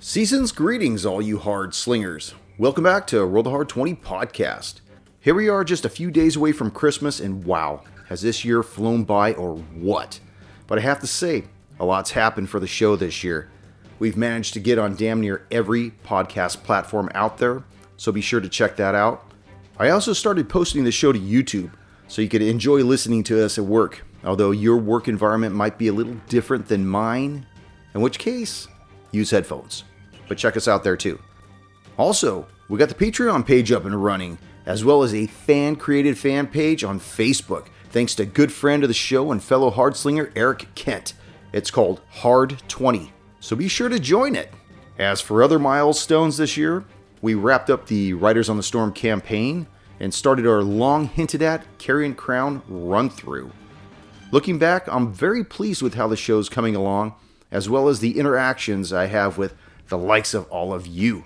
Season's greetings, all you hard slingers. Welcome back to Roll the Hard 20 podcast. Here we are just a few days away from Christmas, and wow, has this year flown by or what? But I have to say, a lot's happened for the show this year. We've managed to get on damn near every podcast platform out there, so be sure to check that out. I also started posting the show to YouTube so you could enjoy listening to us at work, although your work environment might be a little different than mine, in which case, use headphones. But check us out there too. Also, we got the Patreon page up and running, as well as a fan created fan page on Facebook, thanks to good friend of the show and fellow hardslinger Eric Kent. It's called Hard 20, so be sure to join it. As for other milestones this year, we wrapped up the Riders on the Storm campaign and started our long hinted at Carrion Crown run through. Looking back, I'm very pleased with how the show's coming along, as well as the interactions I have with the likes of all of you.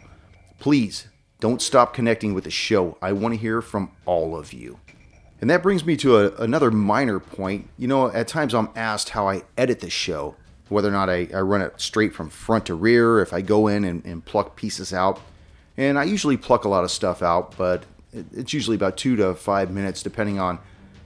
Please don't stop connecting with the show. I want to hear from all of you. And that brings me to a, another minor point. You know, at times I'm asked how I edit the show, whether or not I, I run it straight from front to rear, if I go in and, and pluck pieces out. And I usually pluck a lot of stuff out, but it- it's usually about two to five minutes, depending on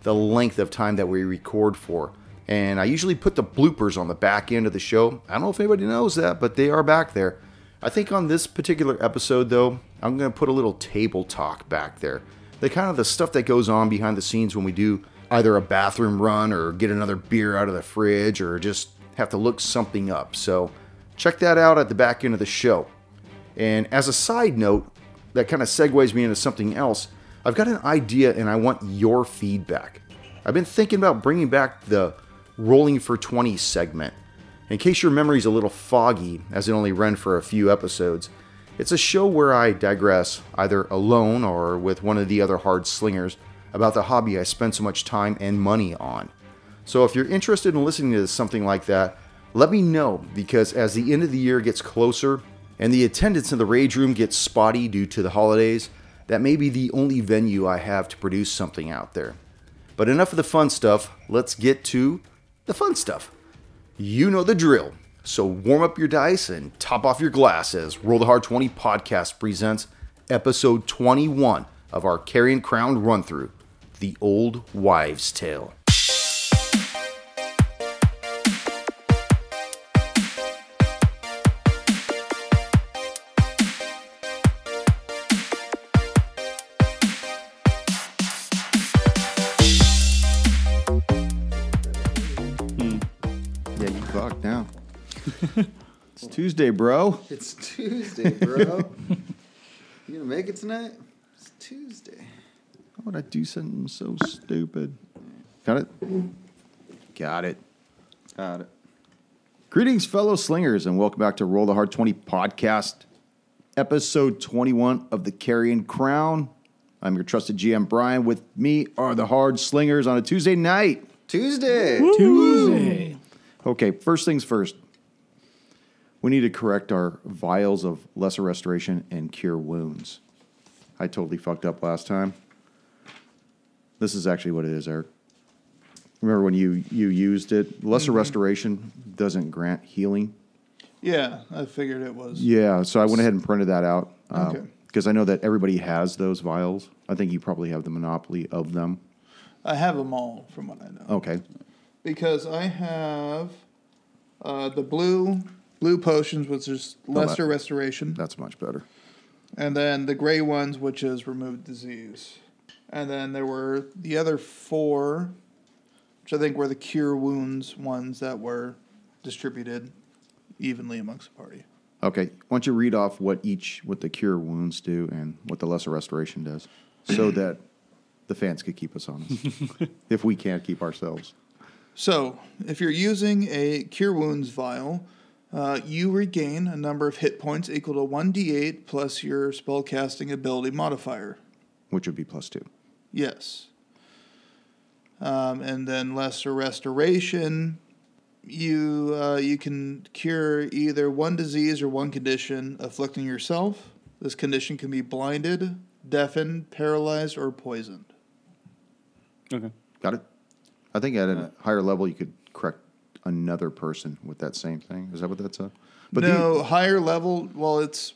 the length of time that we record for. And I usually put the bloopers on the back end of the show. I don't know if anybody knows that, but they are back there. I think on this particular episode, though, I'm going to put a little table talk back there. The kind of the stuff that goes on behind the scenes when we do either a bathroom run or get another beer out of the fridge or just have to look something up. So check that out at the back end of the show. And as a side note, that kind of segues me into something else. I've got an idea and I want your feedback. I've been thinking about bringing back the Rolling for 20 segment. In case your memory's a little foggy, as it only ran for a few episodes, it's a show where I digress, either alone or with one of the other hard slingers, about the hobby I spend so much time and money on. So if you're interested in listening to something like that, let me know because as the end of the year gets closer and the attendance in the Rage Room gets spotty due to the holidays, that may be the only venue I have to produce something out there. But enough of the fun stuff, let's get to the fun stuff. You know the drill. So warm up your dice and top off your glass as Roll the Hard 20 podcast presents episode 21 of our Carrion Crown run through The Old Wives' Tale. Yeah, you fucked now. it's Tuesday, bro. It's Tuesday, bro. you gonna make it tonight? It's Tuesday. Why would I do something so stupid? Got it? Got it. Got it. Greetings, fellow slingers, and welcome back to Roll the Hard 20 podcast, episode 21 of the Carrion Crown. I'm your trusted GM, Brian. With me are the Hard Slingers on a Tuesday night. Tuesday. Tuesday. Okay, first things first. We need to correct our vials of lesser restoration and cure wounds. I totally fucked up last time. This is actually what it is, Eric. Remember when you you used it? Lesser restoration doesn't grant healing. Yeah, I figured it was. Yeah, so I went ahead and printed that out Okay. because I know that everybody has those vials. I think you probably have the monopoly of them. I have them all, from what I know, Okay, because I have uh, the blue blue potions, which is that- lesser restoration, that's much better. and then the gray ones, which is removed disease, and then there were the other four, which I think were the cure wounds ones that were distributed evenly amongst the party. Okay, why don't you read off what each what the cure wounds do and what the lesser restoration does, so that the fans could keep us honest if we can't keep ourselves. So, if you're using a Cure Wounds vial, uh, you regain a number of hit points equal to 1d8 plus your spellcasting ability modifier. Which would be plus two. Yes. Um, and then Lesser Restoration, you, uh, you can cure either one disease or one condition afflicting yourself. This condition can be blinded, deafened, paralyzed, or poisoned. Okay. Got it. I Uh, think at a higher level you could correct another person with that same thing. Is that what that's a? But no, the- higher level. Well, it's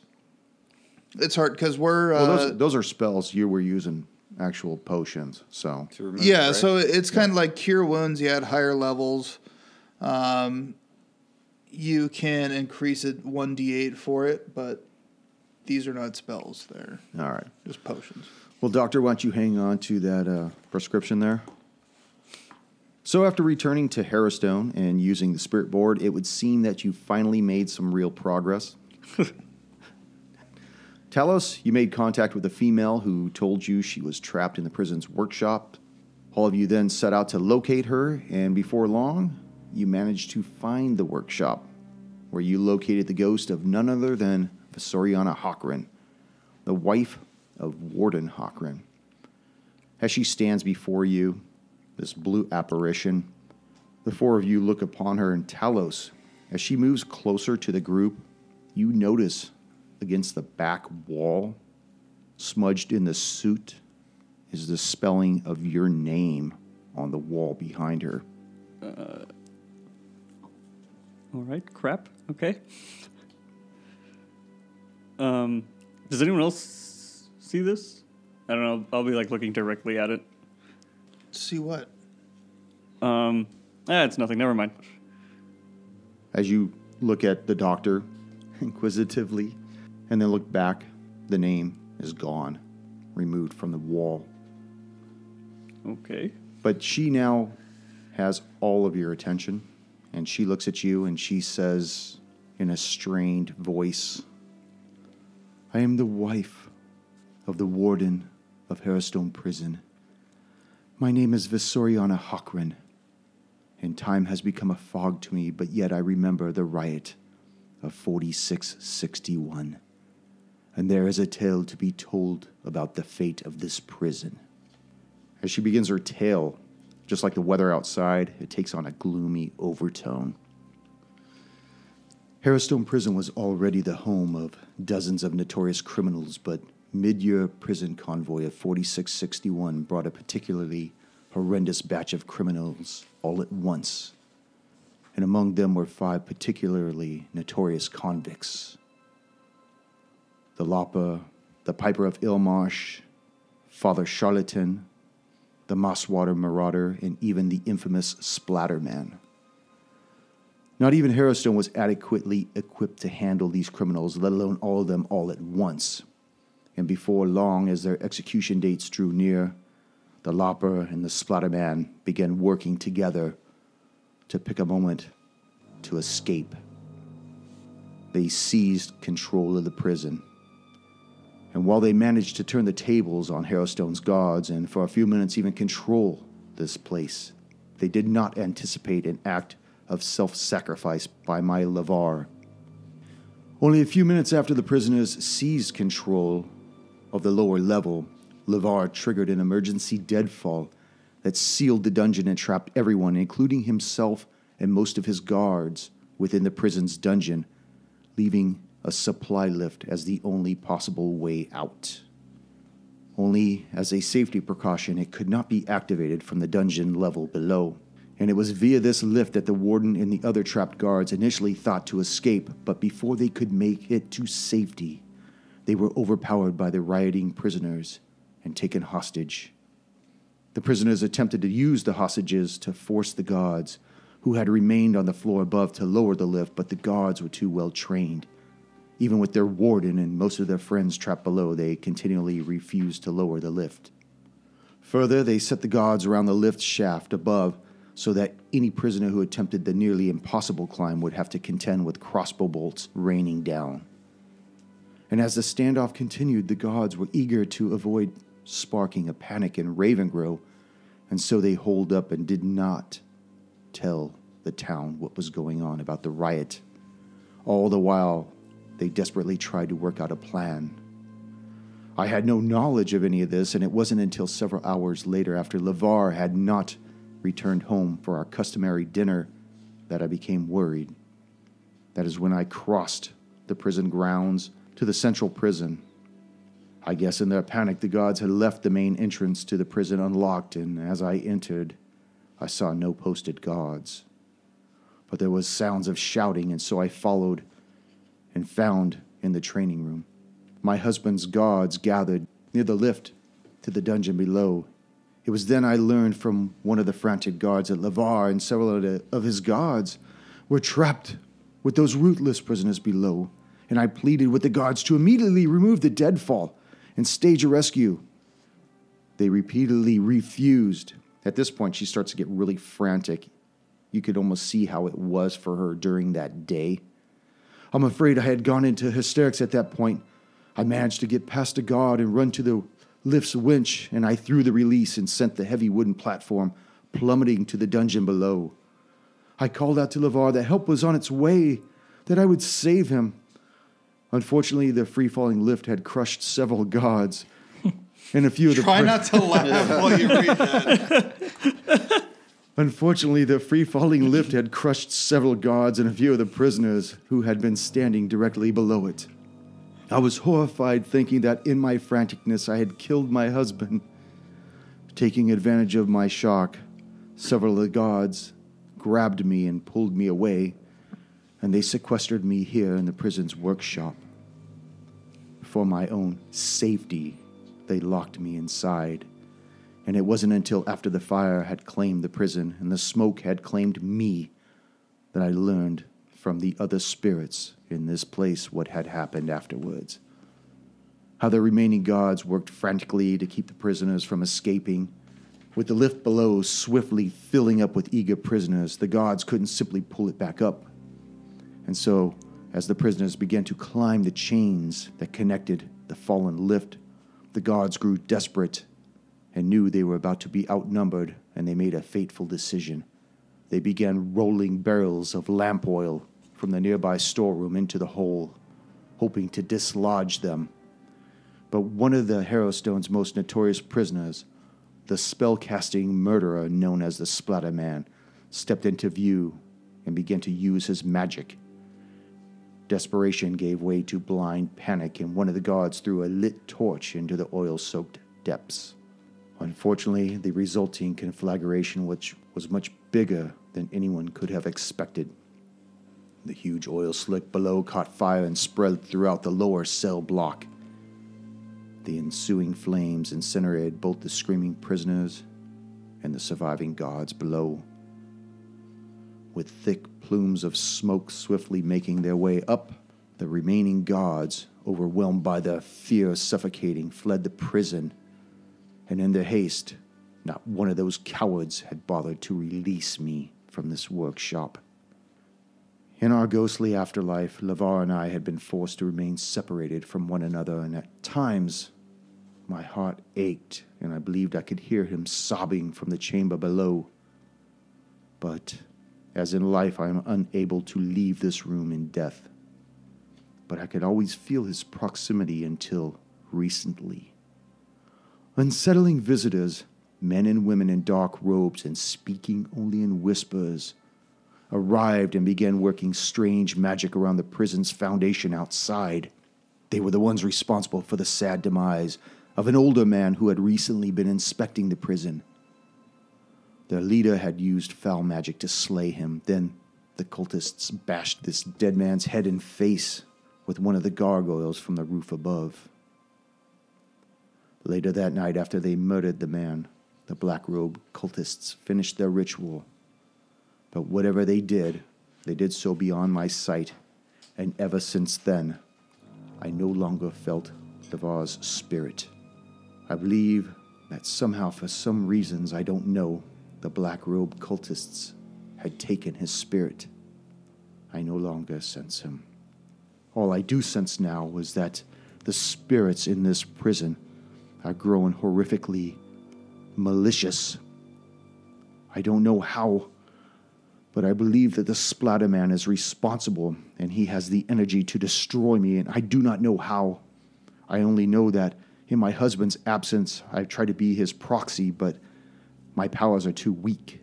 it's hard because we're uh, Well, those, those are spells. You were using actual potions, so to remember. yeah. right? So it's kind of like cure wounds. You at higher levels, um, you can increase it one d8 for it, but these are not spells. They're all right. just potions. Well, doctor, why don't you hang on to that uh, prescription there? So, after returning to Harrowstone and using the spirit board, it would seem that you finally made some real progress. Talos, you made contact with a female who told you she was trapped in the prison's workshop. All of you then set out to locate her, and before long, you managed to find the workshop, where you located the ghost of none other than Vasoriana Hockran, the wife of Warden Hockran. As she stands before you, this blue apparition, the four of you look upon her in Talos. As she moves closer to the group, you notice against the back wall, smudged in the soot, is the spelling of your name on the wall behind her. All right, crap. Okay. Um, does anyone else see this? I don't know. I'll be like looking directly at it. see what? Um, ah, it's nothing. Never mind. As you look at the doctor inquisitively and then look back, the name is gone, removed from the wall. Okay. But she now has all of your attention, and she looks at you and she says in a strained voice, I am the wife of the warden of Harrowstone Prison. My name is Visoriana Hockran, and time has become a fog to me, but yet I remember the riot of 4661. And there is a tale to be told about the fate of this prison. As she begins her tale, just like the weather outside, it takes on a gloomy overtone. Harrowstone Prison was already the home of dozens of notorious criminals, but mid year prison convoy of 4661 brought a particularly horrendous batch of criminals all at once. And among them were five particularly notorious convicts the Lapa, the Piper of Ilmarsh, Father Charlatan, the Mosswater Marauder, and even the infamous Splatterman. Not even Harrowstone was adequately equipped to handle these criminals, let alone all of them all at once. And before long, as their execution dates drew near, the Lopper and the Splatterman began working together to pick a moment to escape. They seized control of the prison and while they managed to turn the tables on Harrowstone's guards and for a few minutes even control this place, they did not anticipate an act of self sacrifice by my Lavar. Only a few minutes after the prisoners seized control of the lower level, Lavar triggered an emergency deadfall that sealed the dungeon and trapped everyone, including himself and most of his guards, within the prison's dungeon leaving a supply lift as the only possible way out. Only as a safety precaution, it could not be activated from the dungeon level below. And it was via this lift that the warden and the other trapped guards initially thought to escape, but before they could make it to safety, they were overpowered by the rioting prisoners and taken hostage. The prisoners attempted to use the hostages to force the guards, who had remained on the floor above, to lower the lift, but the guards were too well trained. Even with their warden and most of their friends trapped below, they continually refused to lower the lift. Further, they set the guards around the lift shaft above so that any prisoner who attempted the nearly impossible climb would have to contend with crossbow bolts raining down. And as the standoff continued, the guards were eager to avoid sparking a panic in Ravengrow, and so they holed up and did not tell the town what was going on about the riot. All the while, they desperately tried to work out a plan. I had no knowledge of any of this, and it wasn't until several hours later, after Lavar had not returned home for our customary dinner, that I became worried. That is when I crossed the prison grounds to the central prison. I guess in their panic, the guards had left the main entrance to the prison unlocked, and as I entered, I saw no posted guards. But there was sounds of shouting, and so I followed and found in the training room. My husband's guards gathered near the lift to the dungeon below. It was then I learned from one of the frantic guards that Lavar and several of the- of his guards were trapped with those ruthless prisoners below, and I pleaded with the guards to immediately remove the deadfall and stage a rescue. They repeatedly refused. At this point, she starts to get really frantic. You could almost see how it was for her during that day. I'm afraid I had gone into hysterics at that point. I managed to get past a guard and run to the lift's winch, and I threw the release and sent the heavy wooden platform plummeting to the dungeon below. I called out to Lavar that help was on its way, that I would save him. Unfortunately, the free falling lift had crushed several guards, and a few of the Try pri- not to laugh while you read that. Unfortunately, the free falling lift had crushed several guards and a few of the prisoners who had been standing directly below it. I was horrified thinking that in my franticness I had killed my husband. Taking advantage of my shock, several of the guards grabbed me and pulled me away, and they sequestered me here in the prison's workshop. For my own safety, they locked me inside and it wasn't until after the fire had claimed the prison and the smoke had claimed me that I learned from the other spirits in this place what had happened afterwards. How the remaining guards worked frantically to keep the prisoners from escaping. With the lift below swiftly filling up with eager prisoners, the guards couldn't simply pull it back up. And so, as the prisoners began to climb the chains that connected the fallen lift, the guards grew desperate and knew they were about to be outnumbered, and they made a fateful decision. They began rolling barrels of lamp oil from the nearby storeroom into the hole, hoping to dislodge them. But one of the Harrowstone's most notorious prisoners, the spellcasting murderer known as the Splatterman, stepped into view and began to use his magic. Desperation gave way to blind panic, and one of the guards threw a lit torch into the oil soaked depths. Unfortunately, the resulting conflagration, which was much bigger than anyone could have expected, the huge oil slick below caught fire and spread throughout the lower cell block. The ensuing flames incinerated both the screaming prisoners and the surviving guards below. With thick plumes of smoke swiftly making their way up, the remaining guards, overwhelmed by their fear of suffocating, fled the prison and in their haste, not one of those cowards had bothered to release me from this workshop. In our ghostly afterlife, Lavar and I had been forced to remain separated from one another, and at times my heart ached, and I believed I could hear him sobbing from the chamber below. But, as in life, I am unable to leave this room in death. But I could always feel his proximity until recently unsettling visitors, men and women in dark robes and speaking only in whispers, arrived and began working strange magic around the prison's foundation outside. They were the ones responsible for the sad demise of an older man who had recently been inspecting the prison. Their leader had used foul magic to slay him. Then the cultists bashed this dead man's head and face with one of the gargoyles from the roof above. Later that night, after they murdered the man, the black robe cultists finished their ritual. But whatever they did, they did so beyond my sight, and ever since then, I no longer felt Devar's spirit. I believe that somehow, for some reasons I don't know, the black robe cultists had taken his spirit. I no longer sense him. All I do sense now is that the spirits in this prison are growing horrifically malicious. I don't know how, but I believe that the Splatterman is responsible and he has the energy to destroy me, and I do not know how. I only know that in my husband's absence, I've tried to be his proxy, but my powers are too weak.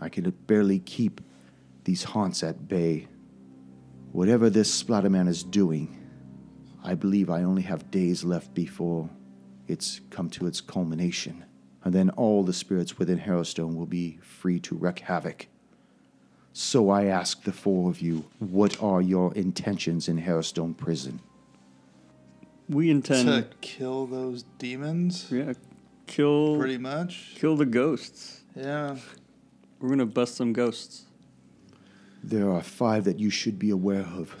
I can barely keep these haunts at bay. Whatever this Splatterman is doing, I believe I only have days left before it's come to its culmination. And then all the spirits within Harrowstone will be free to wreak havoc. So I ask the four of you, what are your intentions in Harrowstone Prison? We intend to kill those demons, yeah, kill pretty much. kill the ghosts. Yeah. We're gonna bust some ghosts. There are five that you should be aware of.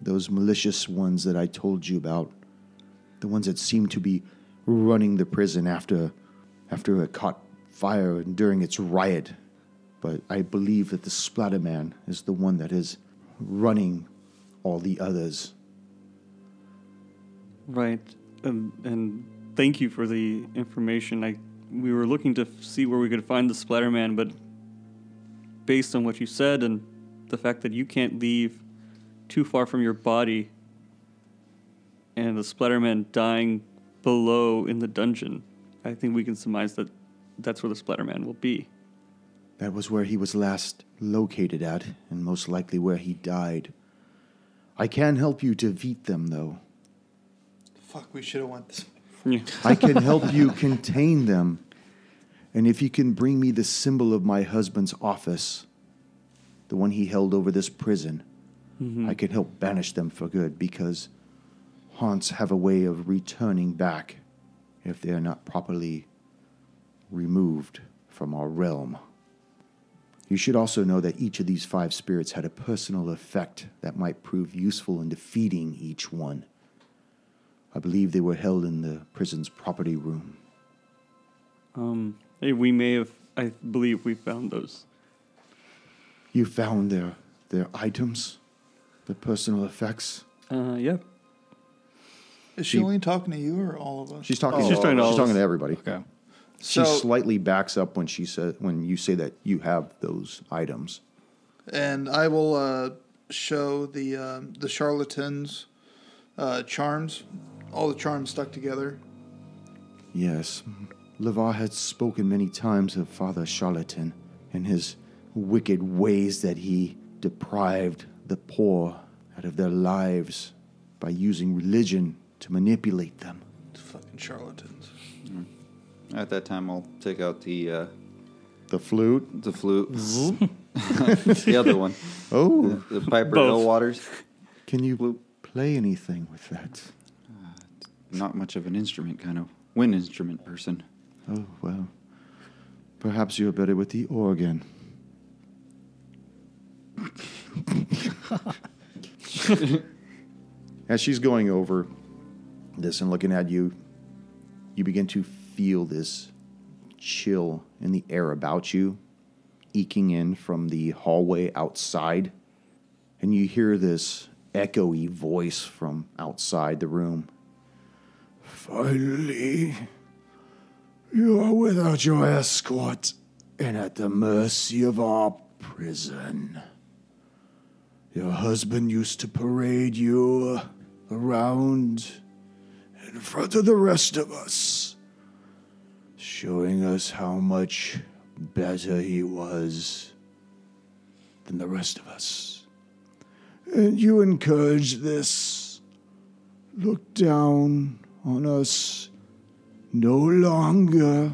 Those malicious ones that I told you about. The ones that seem to be running the prison after after it caught fire and during its riot. But I believe that the Splatterman is the one that is running all the others. Right. Um, and thank you for the information. I we were looking to f- see where we could find the Splatterman, but based on what you said and the fact that you can't leave too far from your body and the Splatterman dying below in the dungeon, I think we can surmise that that's where the Splatterman will be. That was where he was last located at, and most likely where he died. I can help you defeat them, though. Fuck, we should have went this. Yeah. I can help you contain them. And if you can bring me the symbol of my husband's office, the one he held over this prison, I can help banish them for good because haunts have a way of returning back if they are not properly removed from our realm. You should also know that each of these five spirits had a personal effect that might prove useful in defeating each one. I believe they were held in the prison's property room. Um, eh, we may have, I believe we found those. You found their their items, their personal effects. Uh, yeah. Is she only talking to you or all of us? Oh. She's talking. She's talking to all of us. everybody. Okay. She So, slightly backs up when she says when you say that you have those items. and I will uh, show the um, the charlatans uh, charms, all the charms stuck together. Yes, Lavar had spoken many times of Father Charlatan and his wicked ways that he deprived the poor out of their lives by using religion to manipulate them. Fucking charlatans. At that time, I'll take out the uh, The flute. the flute. the other one, Oh. the, the Piper Both. Ill Waters. Can you play anything with that? Not much of an instrument, kind of wind instrument person. Oh, well. Perhaps you're better with the organ. As she's going over this and looking at you, you begin to feel this chill in the air about you, eking in from the hallway outside. And you hear this echoey voice from outside the room. Finally, you are without your escort and at the mercy of our prison. Your husband used to parade you around in front of the rest of us, showing us how much better he was than the rest of us. And you encouraged this. Look down on us no longer.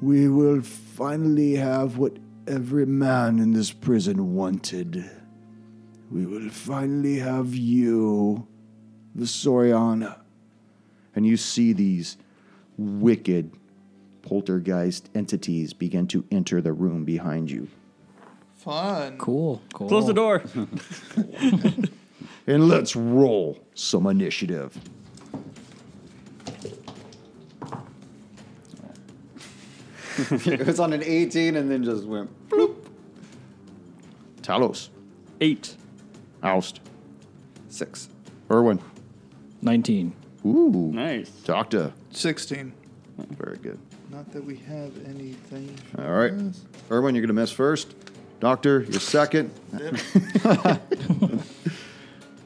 We will finally have what every man in this prison wanted. We will finally have you, the Soriana. And you see these wicked poltergeist entities begin to enter the room behind you. Fun. Cool. Cool. Close the door. And let's roll some initiative. it was on an 18 and then just went. Talos, Eight. oust. Six. Erwin, 19. ooh, Nice. Doctor. Sixteen. Very good. Not that we have anything. All right. Yes. Erwin, you're going to miss first. Doctor, you're second.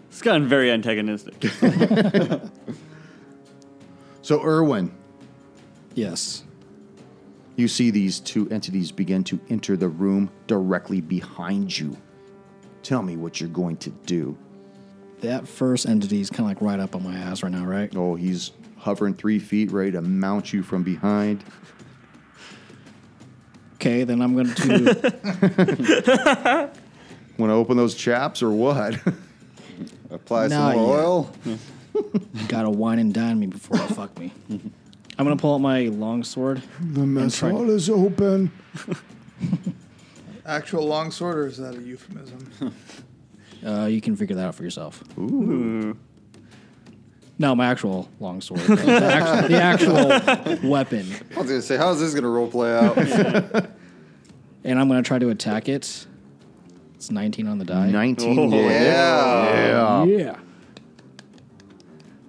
It's gotten very antagonistic. So, Erwin, Yes. you see these two entities begin to enter the room directly behind you. Tell me what you're going to do. That first entity is kind of like right up on my ass right now, right? Oh, he's hovering three feet, ready to mount you from behind. Okay, then I'm going to. Want to open those chaps or what? Apply Not some yet. oil. you got to wine and dine me before you fuck me. I'm going to pull out my longsword. The mess try- hall is open. Actual longsword, or is that a euphemism? Uh, you can figure that out for yourself. Ooh. No, my actual longsword. the, act- the actual weapon. I was gonna say, how's this gonna role play out? And I'm going to try to attack it. It's 19 on the die. 19 Oh, will hit. yeah. Yeah. Yeah.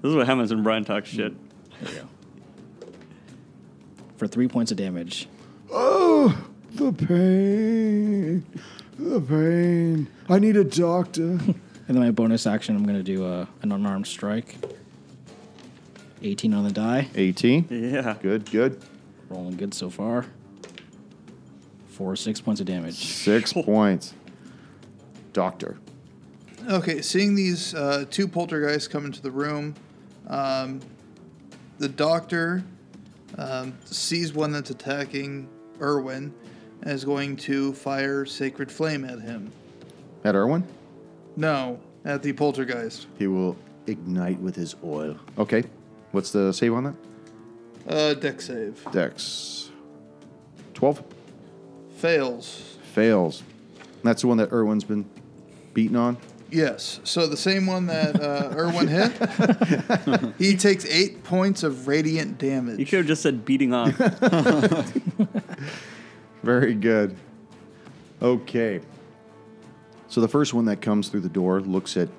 This is what happens when Brian talks shit. There you go. For three points of damage. Oh, the pain. The pain. I need a doctor. And then my bonus action, I'm going to do a, an unarmed strike. 18 on the die. 18. Yeah. Good, good. Rolling good so far. Four, six points of damage. Six points. Doctor. Okay, seeing these uh, two poltergeists come into the room, um, the doctor um, sees one that's attacking Erwin and is going to fire Sacred Flame at him. At Irwin? No, at the poltergeist. He will ignite with his oil. Okay. What's the save on that? Uh, deck save. Dex. 12. Fails. Fails. That's the one that Irwin's been beaten on. Yes. So the same one that uh, Erwin hit, he takes eight points of radiant damage. You could have just said beating off. Very good. Okay. So the first one that comes through the door looks at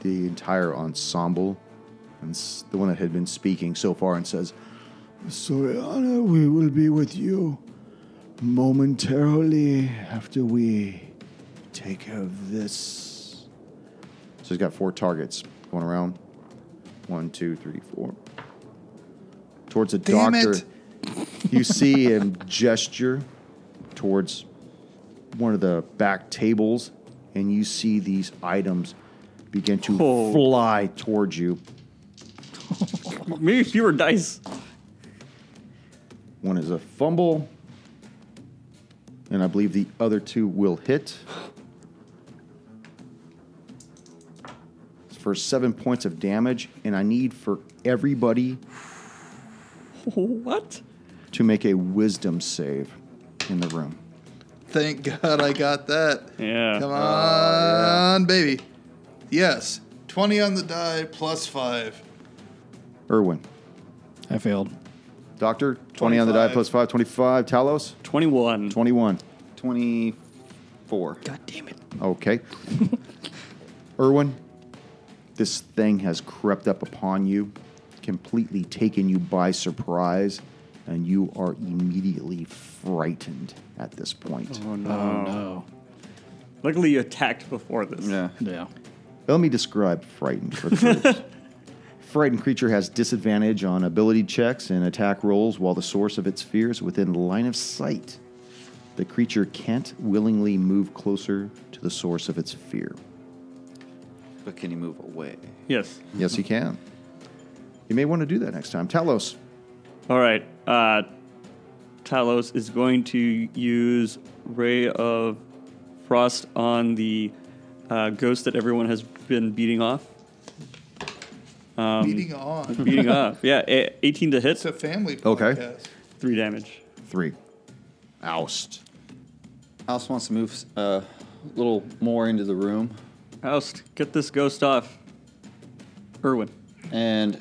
the entire ensemble and s- the one that had been speaking so far and says, Soriana, we will be with you momentarily after we take care of this. So he's got four targets going around. One, two, three, four. Towards the Damn doctor. it. You see him gesture towards one of the back tables, and you see these items begin to Oh. fly towards you. Maybe fewer dice. One is a fumble, and I believe the other two will hit. For seven points of damage, and I need for everybody What? to make a wisdom save in the room. Thank God I got that. Yeah. Come on, baby. Yes. 20 on the die plus 5. Irwin, I failed. Doctor, 20 on the die 25. plus 5, 25. Talos, 21. 21. 24. God damn it. Okay. Erwin, this thing has crept up upon you, completely taken you by surprise, and you are immediately frightened at this point. Oh, no. Luckily, you attacked before this. Yeah. Yeah. Let me describe frightened for the troops. frightened creature has disadvantage on ability checks and attack rolls while the source of its fear is within line of sight. The creature can't willingly move closer to the source of its fear. But can you move away? Yes. Yes, he can. You may want to do that next time. Talos, All right. Uh, Talos is going to use Ray of Frost on the uh, ghost that everyone has been beating off. Um, Beating on. Beating off. Yeah. a- 18 to hit. It's a family podcast. Okay. Three damage. three. Oust. House wants to move uh, a little more into the room, Oust, get this ghost off. Erwin. and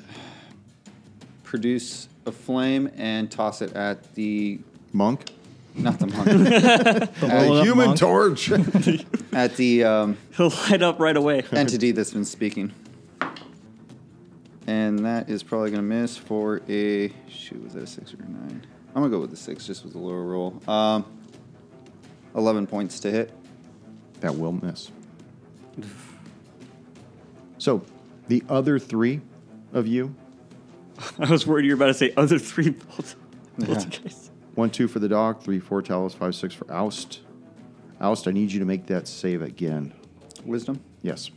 produce a flame and toss it at the Monk. not the monk Roll it up, monk. torch. at the um, He'll light up right away. entity that's been speaking. And that is probably gonna miss for a shoot. Was that a six or a nine? I'm gonna go with the six, just with a lower roll. Um, Eleven points to hit. that will miss. So, the other three of you I was worried you were about to say other three bolts. Poltergeist. One, two for the dog. Three, four, Talos. Five, six for Oust. Oust, I need you to make that save again. Wisdom. Yes.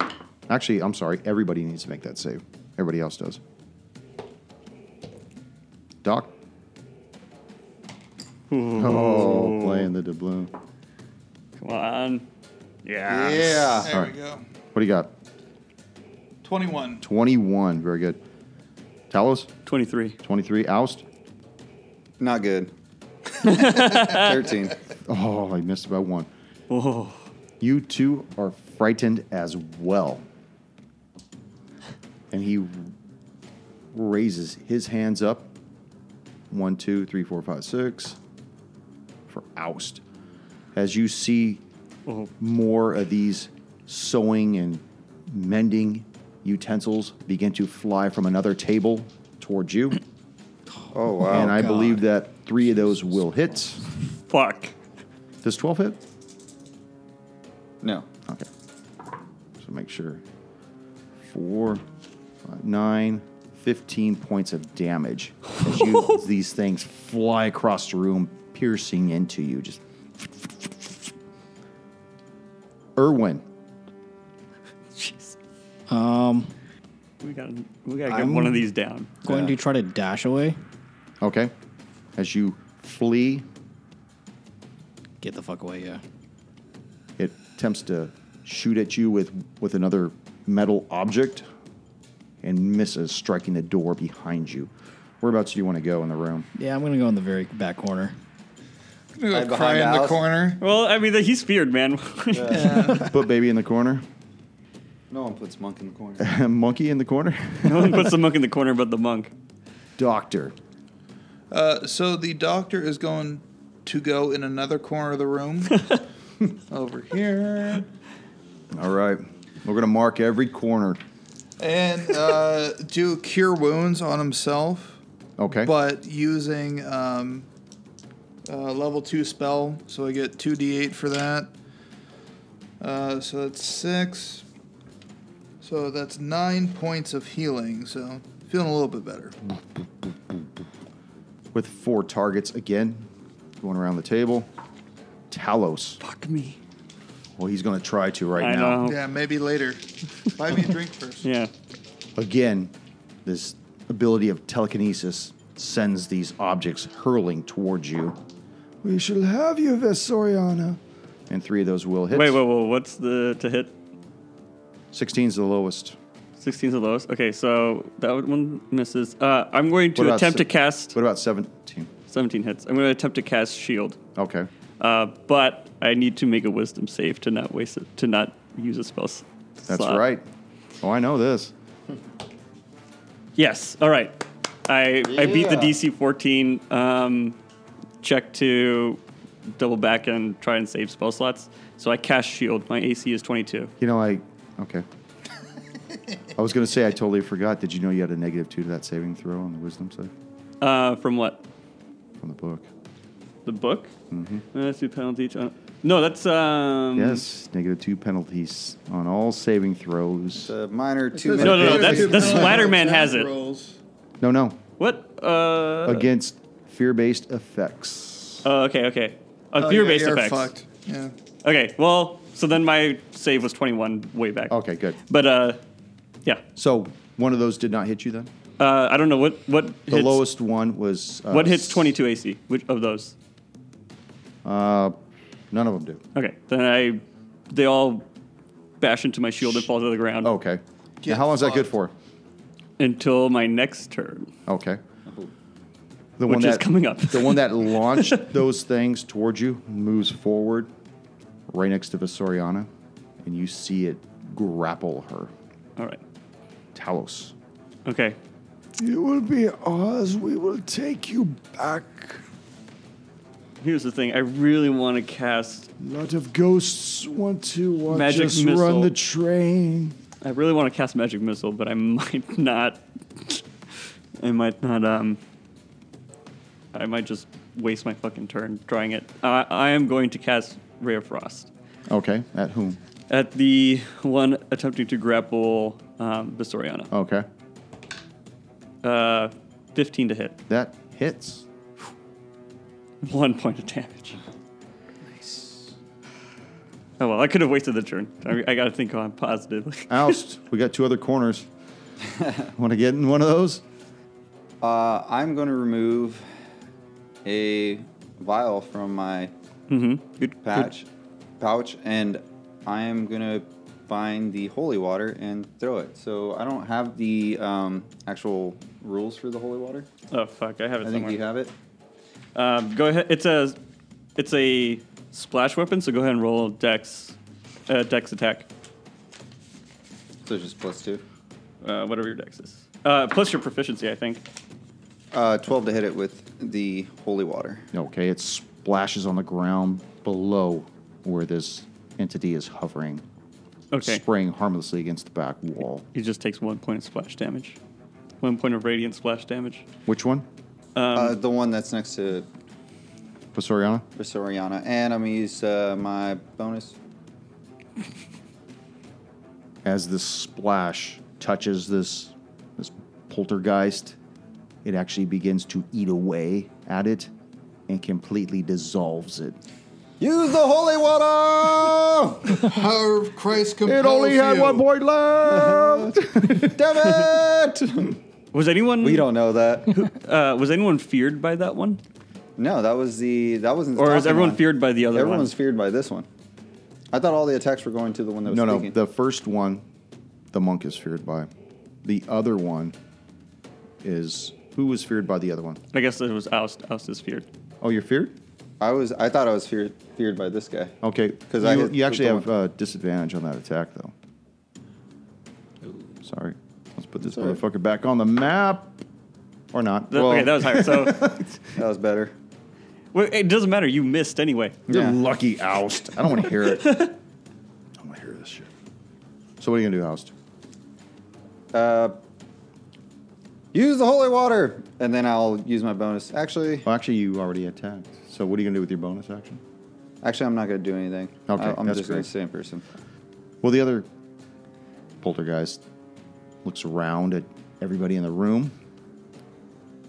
Actually, I'm sorry. Everybody needs to make that save. Everybody else does. Doc, Oh, playing the doubloon. Come on. Yeah. Ah, Yeah. There we go. What do you got? 21. 21. Very good. Talos, 23. 23. Oust. Not good. 13. Oh, I missed by one. Oh, You two are frightened as well. And he raises his hands up. One, two, three, four, five, six. For oust. As you see oh, more of these sewing and mending utensils begin to fly from another table towards you. Oh, wow. and I believe that three of those will hit. fuck. Does 12 hit? no. Okay. So make sure. Four, five, nine, 15 points of damage as you, as these things fly across the room, piercing into you. Just. Erwin, Jeez. Um, We got to we got to get I'm- one of these down. going to try to dash away. okay? As you flee, Get the fuck away, yeah. it attempts to shoot at you with, with another metal object and misses, striking the door behind you. Whereabouts do you want to go in the room? Yeah, I'm going to go in the very back corner. I'm gonna go Hide behind cry in the Alice. corner. Well, I mean, he's feared, man. Put baby in the corner. No one puts Monk in the corner. Monkey in the corner. no one puts the monk in the corner but the monk. Doctor. Uh, so the doctor is going to go in another corner of the room. Over here. All right. We're going to mark every corner. And uh, do cure wounds on himself, Okay. but using um, a level 2 spell. So I get 2d8 for that. Uh, so that's 6. So that's 9 points of healing. So feeling a little bit better. With four targets again, going around the table. Talos. Fuck me. Well, he's going to try to right I now. know. Yeah, maybe later. Buy me a drink first. Yeah. Again, this ability of telekinesis sends these objects hurling towards you. We shall have you, Vesoriana. And three of those will hit. Wait, whoa, whoa. What's the to hit? 16's the lowest. 16's the lowest. Okay, so that one misses. Uh, I'm going What to about attempt to si- cast. What about 17? 17 hits. I'm going to attempt to cast shield. Okay. Uh, but I need to make a wisdom save to not waste it, to not use a spell. s- That's slot. right. Oh, I know this. Yes. All right. I I beat the Yeah. DC 14 um, check to double back and try and save spell slots. So I cast shield. My AC is 22. You know, I okay. I was gonna say I totally forgot. Did you know you had a negative two to that saving throw on the wisdom save Uh, from what? from the book? The book? Mm-hmm. That's two penalty each. On- no, that's um. Yes, negative two penalties on all saving throws. It's a minor two says- minute. No, no, no. Okay. That's the Splatterman has it. Rolls. No, no, What? Uh. against fear-based effects. Oh, okay, okay. On Oh, fear yeah, based you're effects. Fucked. Yeah. Okay, well, so then my save was 21 way back. Okay, good. But, uh, yeah. So one of those did not hit you then. Uh, I don't know what, what The hits, lowest one was uh, what hits 22 AC, which of those? Uh, none of them do. Okay, then I, they all bash into my shield and fall to the ground Okay. Now, Get how long is that good fucked. for? until my next turn. Okay. The Which is that, coming up. the one that launched those things towards you moves forward right next to Visoriana, and you see it grapple her. All right. Talos. Okay. You will be ours. We will take you back. Here's the thing. I really want to cast. A lot of ghosts want to watch Magic us run missile. the train. I really want to cast magic missile, but I might not. I might not. Um. I might just waste my fucking turn trying it. I I am going to cast ray of frost. Okay. At whom? at the one attempting to grapple um, Vistoriana. Okay. Uh, 15 to hit, That hits. one point of damage. Nice. Oh well, I could have wasted the turn. I, I got to think on positively. Oust. we got two other corners. want to get in one of those? Uh, I'm going to remove a vial from my Mm-hmm. Good. patch, pouch, and I am gonna find the holy water and throw it. So I don't have the um, actual rules for the holy water. Oh fuck! I have it I somewhere. think you have it. Um, go ahead. It's a it's a splash weapon, so go ahead and roll dex uh, dex attack. So it's just plus two. Uh, whatever your dex is. Uh, plus your proficiency, I think. Uh, Twelve to hit it with the holy water. Okay, it splashes on the ground below where this entity is hovering, Okay. spraying harmlessly against the back wall. He just takes one point of splash damage. One point of radiant splash damage. Which one? Um, uh, the one that's next to Pasoriana? Visoriana, and I'm gonna use uh, my bonus. As this splash touches this this poltergeist, it actually begins to eat away at it and completely dissolves it. Use the holy water, How Christ compels It only had you. one point left. damn it! Was anyone we don't know that. uh, was anyone feared by that one, No, that was the that wasn't. The or is talking everyone one. feared by the other Everyone's one? feared by this one. I thought all the attacks were going to the one that was no, no, speaking. the first one, the monk is feared by. The other one is who was feared by the other one? I guess it was Oust. Oust is feared. Oh, you're feared. I was I thought I was feared feared by this guy. Okay, 'Cause because I you, hit you actually the have uh, disadvantage on that attack, though. Sorry, let's put this Sorry. motherfucker back on the map, or not? That- okay, that was higher. So That was better. wait, it doesn't matter. You missed anyway. you're Yeah. lucky, oust. I don't want to hear it. I don't want to hear this shit. So what are you gonna do, oust? Uh, use the holy water, and then I'll use my bonus. Actually, Well, actually, you already attacked. So what are you gonna do with your bonus action? actually, I'm not going to do anything. Okay, I, am that's just going great. to stay in person. Well, the other poltergeist looks around at everybody in the room.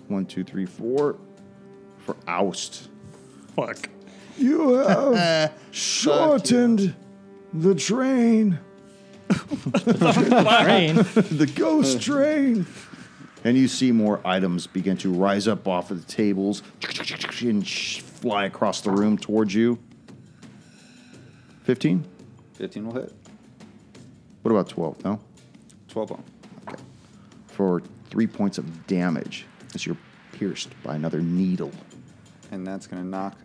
One, two, three, four, for oust. Fuck. You have Eh, shortened the train, Rain. the ghost train. And you see more items begin to rise up off of the tables and sh- fly across the room towards you. 15? 15 will hit. What about 12? No? 12 on. For three points of damage as you're pierced by another needle. And that's going to knock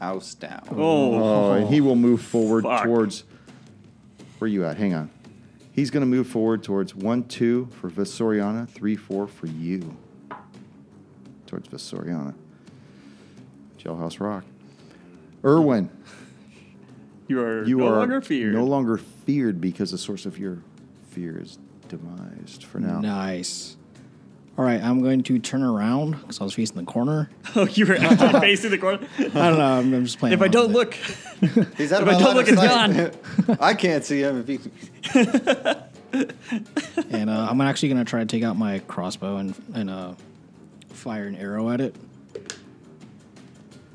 Oust down. Oh, Oh, and he will move forward fuck. towards. Where you at? Hang on. He's going to move forward towards 1 2 for Visoriana, 3 4 for you. Towards Visoriana. Jailhouse Rock. Erwin, you are you no are longer feared. no longer feared because the source of your fear is demised for now. Nice. All right, I'm going to turn around because I was facing the corner. oh, you were actually facing the corner. I don't know. I'm, I'm just playing. if I around don't with it. look, He's out If I don't look, it's gone. I can't see him. If he, and uh, I'm actually going to try to take out my crossbow and and uh, fire an arrow at it.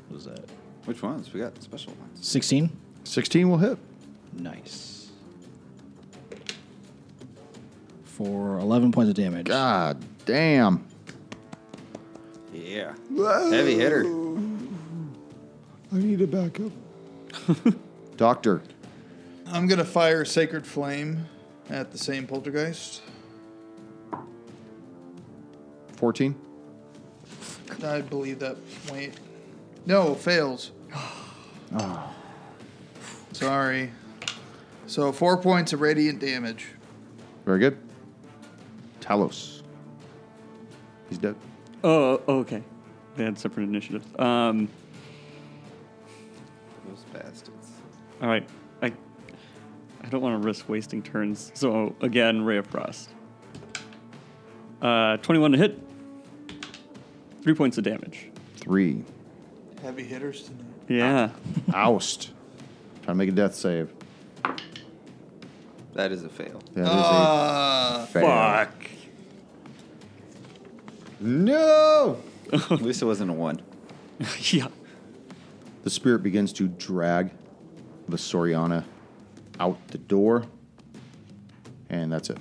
What was that? which ones? We got special ones. 16. 16 will hit. Nice. For 11 points of damage. God damn. Yeah. Heavy hitter. I need to back up. Doctor, I'm gonna fire sacred flame at the same poltergeist. 14. I believe that. Wait, no, fails. Sorry. So four points of radiant damage. Very good. Talos. He's dead. oh, oh, okay. They had separate initiatives. Um, Those bastards. all right. I I don't want to risk wasting turns. So again, ray of frost. Uh, twenty-one to hit. Three points of damage. Three. Heavy hitters tonight. Yeah. Oust. Trying to make a death save. That is a fail. That is Ah, a fail. Fuck. No. At least it wasn't a one. yeah. The spirit begins to drag Vasoriana out the door. And that's it.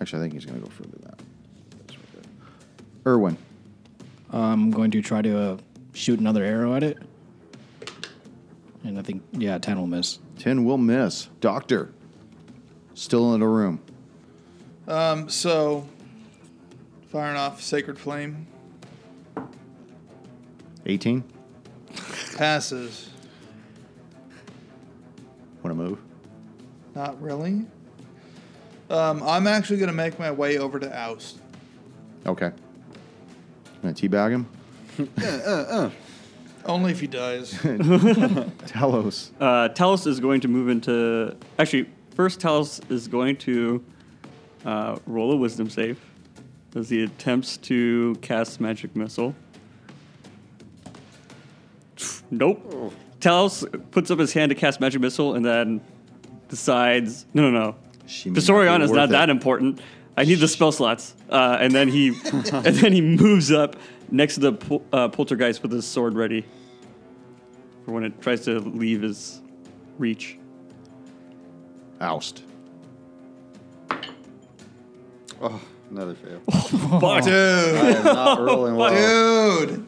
Actually, I think he's going to go further than that. That's right there. Erwin. I'm going to try to uh, shoot another arrow at it. and I think yeah, ten will miss. 10 will miss. Doctor, still in the room. Um, so, firing off Sacred Flame 18. passes. Want to move? Not really. Um, I'm actually going to make my way over to Oust. Okay. Gonna teabag him? Only if he dies. Talos. Uh, Talos is going to move into. Actually, first Talos is going to uh, roll a Wisdom save as he attempts to cast Magic Missile. Nope. Talos puts up his hand to cast Magic Missile and then decides, no, no, no. She may Visorion be is worth not it. that important. I need the spell slots. Uh, and then he and then he moves up next to the pol- uh, poltergeist with his sword ready for when it tries to leave his reach. Oust. Oh, another fail. Dude. I am not rolling well. Dude.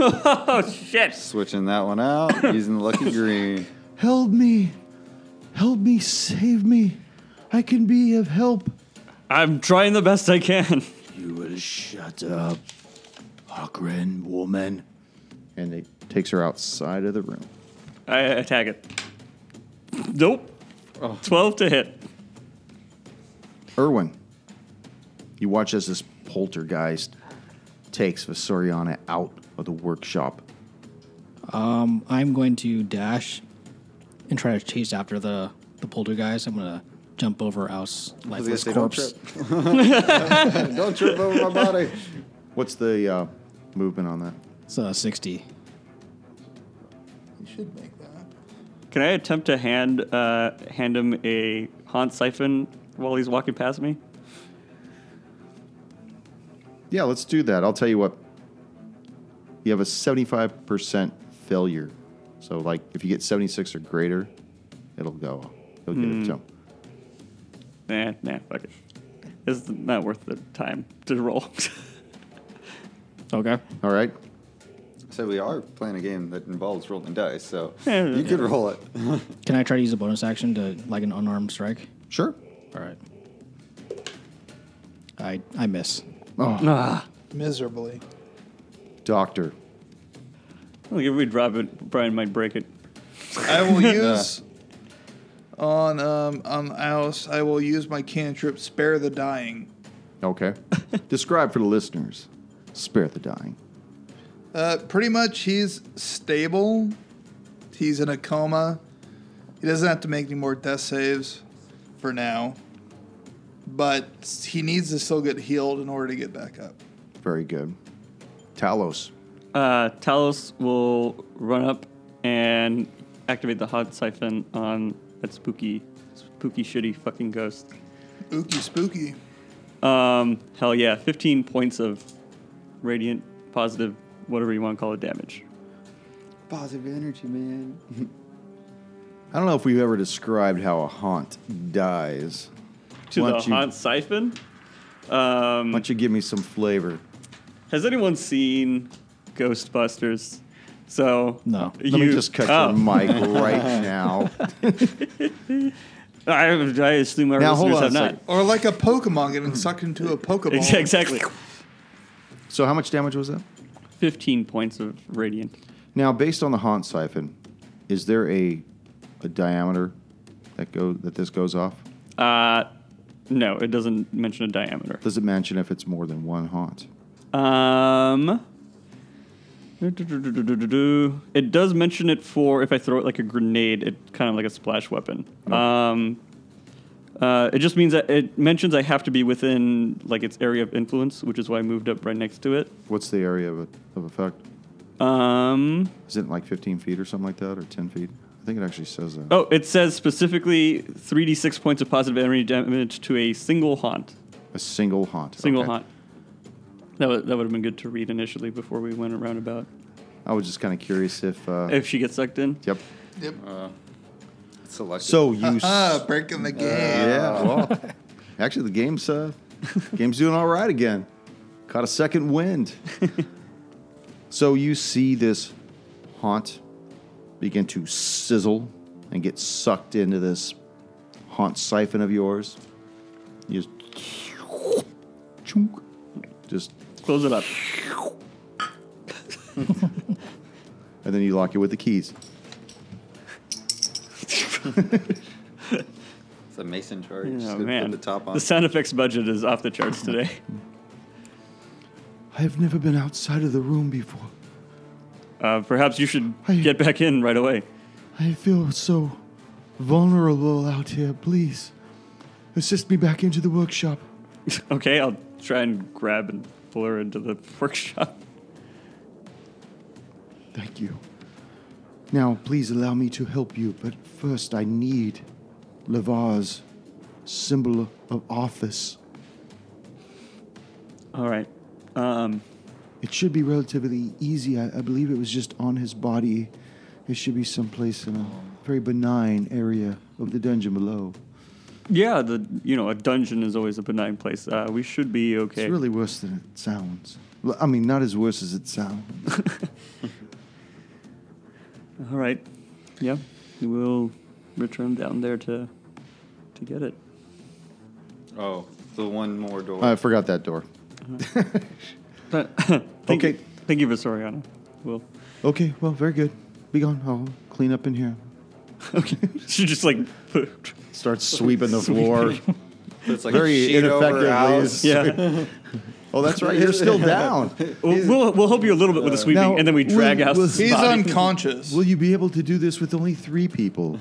Oh shit! Switching that one out, using the lucky green. Help me. Help me. Save me. I can be of help. I'm trying the best I can. You will shut up, Hawkrin woman. And it takes her outside of the room. I attack it. Nope. Twelve to hit. Erwin, you watch as this poltergeist takes Visoriana out of the workshop. I'm going to dash and try to chase after the the poltergeist. I'm gonna jump over Ouse I was gonna lifeless say, corpse. Don't trip. don't trip over my body. What's the uh, movement on that? It's uh, sixty. You should make that. Can I attempt to hand uh, hand him a haunt siphon while he's walking past me? Yeah, let's do that. I'll tell you what. You have a 75% failure. So, like, if you get 76 or greater, it'll go. You'll get Mm. it to him. Nah, nah, fuck it. It's not worth the time to roll. Okay. All right. So we are playing a game that involves rolling dice, so Yeah, you could roll it. Can I try to use a bonus action to like an unarmed strike? Sure. All right. I I miss. Miserably. Doctor, I think if we drop it, Brian might break it. I will use on um on Oust. I will use my cantrip Spare the Dying. Okay. Describe for the listeners. Spare the dying. Uh, pretty much, he's stable. He's in a coma. He doesn't have to make any more death saves for now. But he needs to still get healed in order to get back up. Very good. Talos. Uh, Talos will run up and activate the hot siphon on that spooky, spooky, shitty fucking ghost. Ookie spooky. Um, hell yeah, 15 points of radiant, positive, whatever you want to call it, damage. Positive energy, man. I don't know if we've ever described how a haunt dies. To Why the um, don't you- hot siphon. Why don't you give me some flavor? Has anyone seen Ghostbusters? So No. Let me just cut oh, your mic right now. I, I assume our Now, hold listeners on a have second. not. Or like a Pokemon getting sucked into a Pokeball. Ex- Exactly. So, how much damage was that? 15 points of radiant. Now, based on the haunt siphon, is there a a diameter that go that this goes off? Uh, no, it doesn't mention a diameter. Does it mention if it's more than one haunt? Um, it does mention it for if I throw it like a grenade, it kind of like a splash weapon. Oh. Um, uh, it just means that it mentions I have to be within like its area of influence, which is why I moved up right next to it. What's the area of, of effect? Um, Is it like 15 feet or something like that, or 10 feet? I think it actually says that. oh, it says specifically 3d6 points of positive energy damage to a single haunt. A single haunt. Single Okay. haunt. That would that would have been good to read initially before we went around about I was just kind of curious if. Uh, if she gets sucked in. yep. Yep. Selected. So you. s- Ah, breaking the game. yeah. Well, actually, the game's uh, game's doing all right again. Caught a second wind. so you see this haunt begin to sizzle and get sucked into this haunt siphon of yours. You just, chunk, just, Close it up. and then you lock it with the keys. It's a mason jar. You're just Oh, gonna man. Put the top on. The sound effects budget is off the charts today. I have never been outside of the room before. Uh, perhaps you should Hey. get back in right away. I feel so vulnerable out here. Please, assist me back into the workshop. Okay, I'll try and grab and pull her into the workshop. Thank you. Now, please allow me to help you, but first I need Lavar's symbol of office. All right. Um, It should be relatively easy. I, I believe it was just on his body. It should be someplace in a very benign area of the dungeon below. yeah, the you know a dungeon is always a benign place. Uh, we should be okay. It's really worse than it sounds. L- I mean, not as worse as it sounds. All right. Yeah, we'll return down there to to get it. Oh, the one more door. I forgot that door. But thank Okay. You, thank you, Visoriana. Well, Okay, well, very good. Be gone. I'll clean up in here. okay. she just like put- Starts sweeping the floor. So it's like Very a sheet over ineffectively. house. yeah. oh, that's right. You're still down. We'll, we'll we'll help you a little bit with the sweeping, now, and then we drag we'll- out. we'll- his He's body. unconscious. Will you be able to do this with only three people?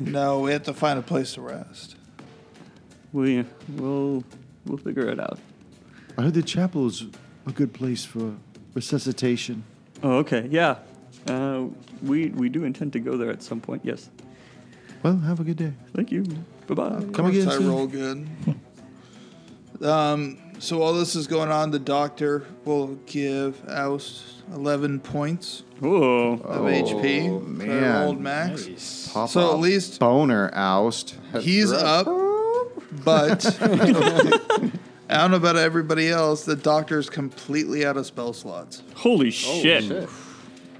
no, we have to find a place to rest. We we'll we'll figure it out. I heard the chapel is a good place for resuscitation. Oh, okay. Yeah. Uh, we we do intend to go there at some point. Yes. Well, have a good day. Thank you. Bye bye. Come again Once I soon. roll good. um, so while this is going on, the doctor will give Oust 11 points Oh, of HP. so I man. rolled max. Pop So at up. least boner oust. he's up, but I don't know about everybody else. The doctor's completely out of spell slots. holy Oh, shit. shit.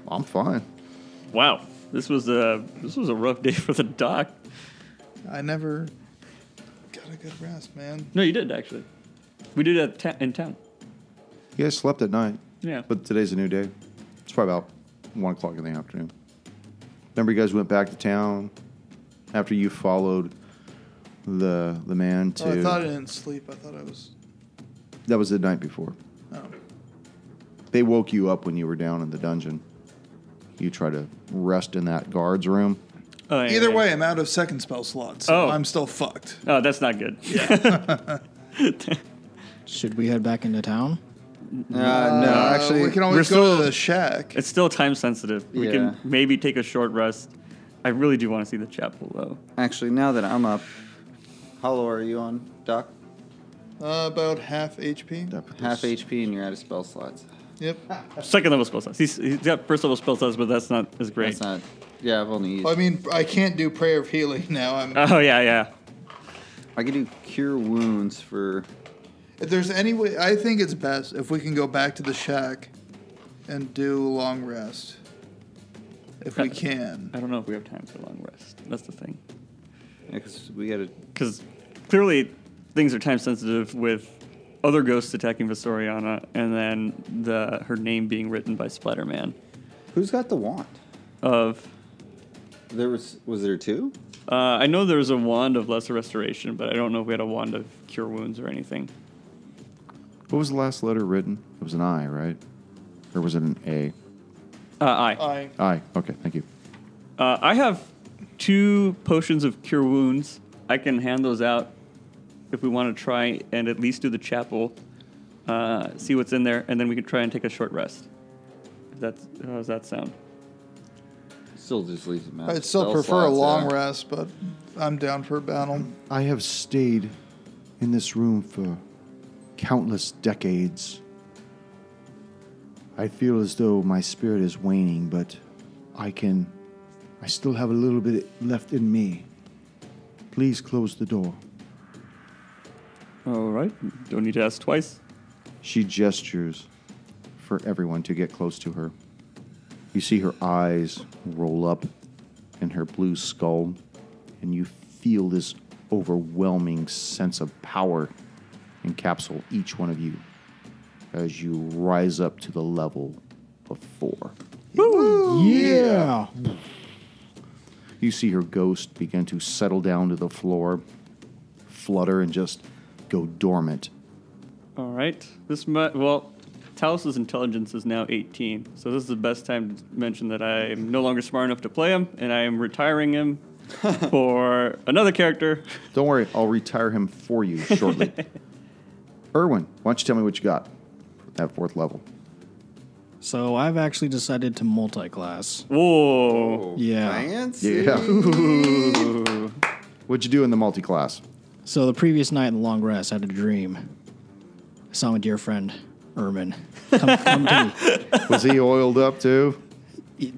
I'm fine. Wow. This was a this was a rough day for the doc. I never got a good rest, man. No, you did actually. We did it ta- in town. You guys slept at night, Yeah. but today's a new day. It's probably about one o'clock in the afternoon. Remember, you guys went back to town after you followed the the man to. Oh, I thought I didn't sleep. I thought I was. that was the night before. Oh. They woke you up when you were down in the dungeon. You try to rest in that guard's room. Oh, yeah, Either yeah. way, I'm out of second spell slots. So Oh. I'm still fucked. Oh, that's not good. Should we head back into town? Uh, no, Uh, actually, we can we're always go still- to the shack. It's still time sensitive. We Yeah. can maybe take a short rest. I really do want to see the chapel though. actually, now that I'm up, how low are you on, Doc? Uh, about half HP. Half HP, and you're out of spell slots. Yep. Second level spell slots. He's, he's got first level spell slots, but that's not as great. That's not. Yeah, I've only used. I mean, I can't do prayer of healing now. I'm, oh yeah, yeah. I can do cure wounds for. if there's any way, I think it's best if we can go back to the shack and do long rest. If we can. I don't know if we have time for a long rest. That's the thing. Because we gotta. because clearly things are time sensitive with other ghosts attacking Visoriana and then the her name being written by Splatterman Who's got the wand? of There was. Was there two? uh, I know there's a wand of lesser restoration, but I don't know if we had a wand of cure wounds or anything. What was the last letter written? It was an I, right? Or was it an A? Uh, I I, I. Okay, thank you. uh, I have two potions of cure wounds. I can hand those out if we want to try and at least do the chapel, uh, see what's in there, and then we can try and take a short rest. If that's how does that sound? Still just leaves them out. I'd still Spell prefer a slots, long yeah. rest, but I'm down for a battle. I have stayed in this room for countless decades. I feel as though my spirit is waning, but I can. I still have a little bit left in me. Please close the door. All right. Don't need to ask twice. She gestures for everyone to get close to her. You see her eyes roll up in her blue skull, and you feel this overwhelming sense of power encapsulate each one of you as you rise up to the level of four. Yeah. You see her ghost begin to settle down to the floor, flutter, and just go dormant. All right. This mu- well, Talos' intelligence is now 18, so this is the best time to mention that I am no longer smart enough to play him, and I am retiring him for another character. Don't worry, I'll retire him for you shortly. Erwin, why don't you tell me what you got at fourth level? So I've actually decided to multi-class. Whoa! Yeah. Fancy. Yeah. What'd you do in the multi class? So the previous night in the long rest, I had a dream. I saw my dear friend Ermin. Come, come to me. Was he oiled up too? It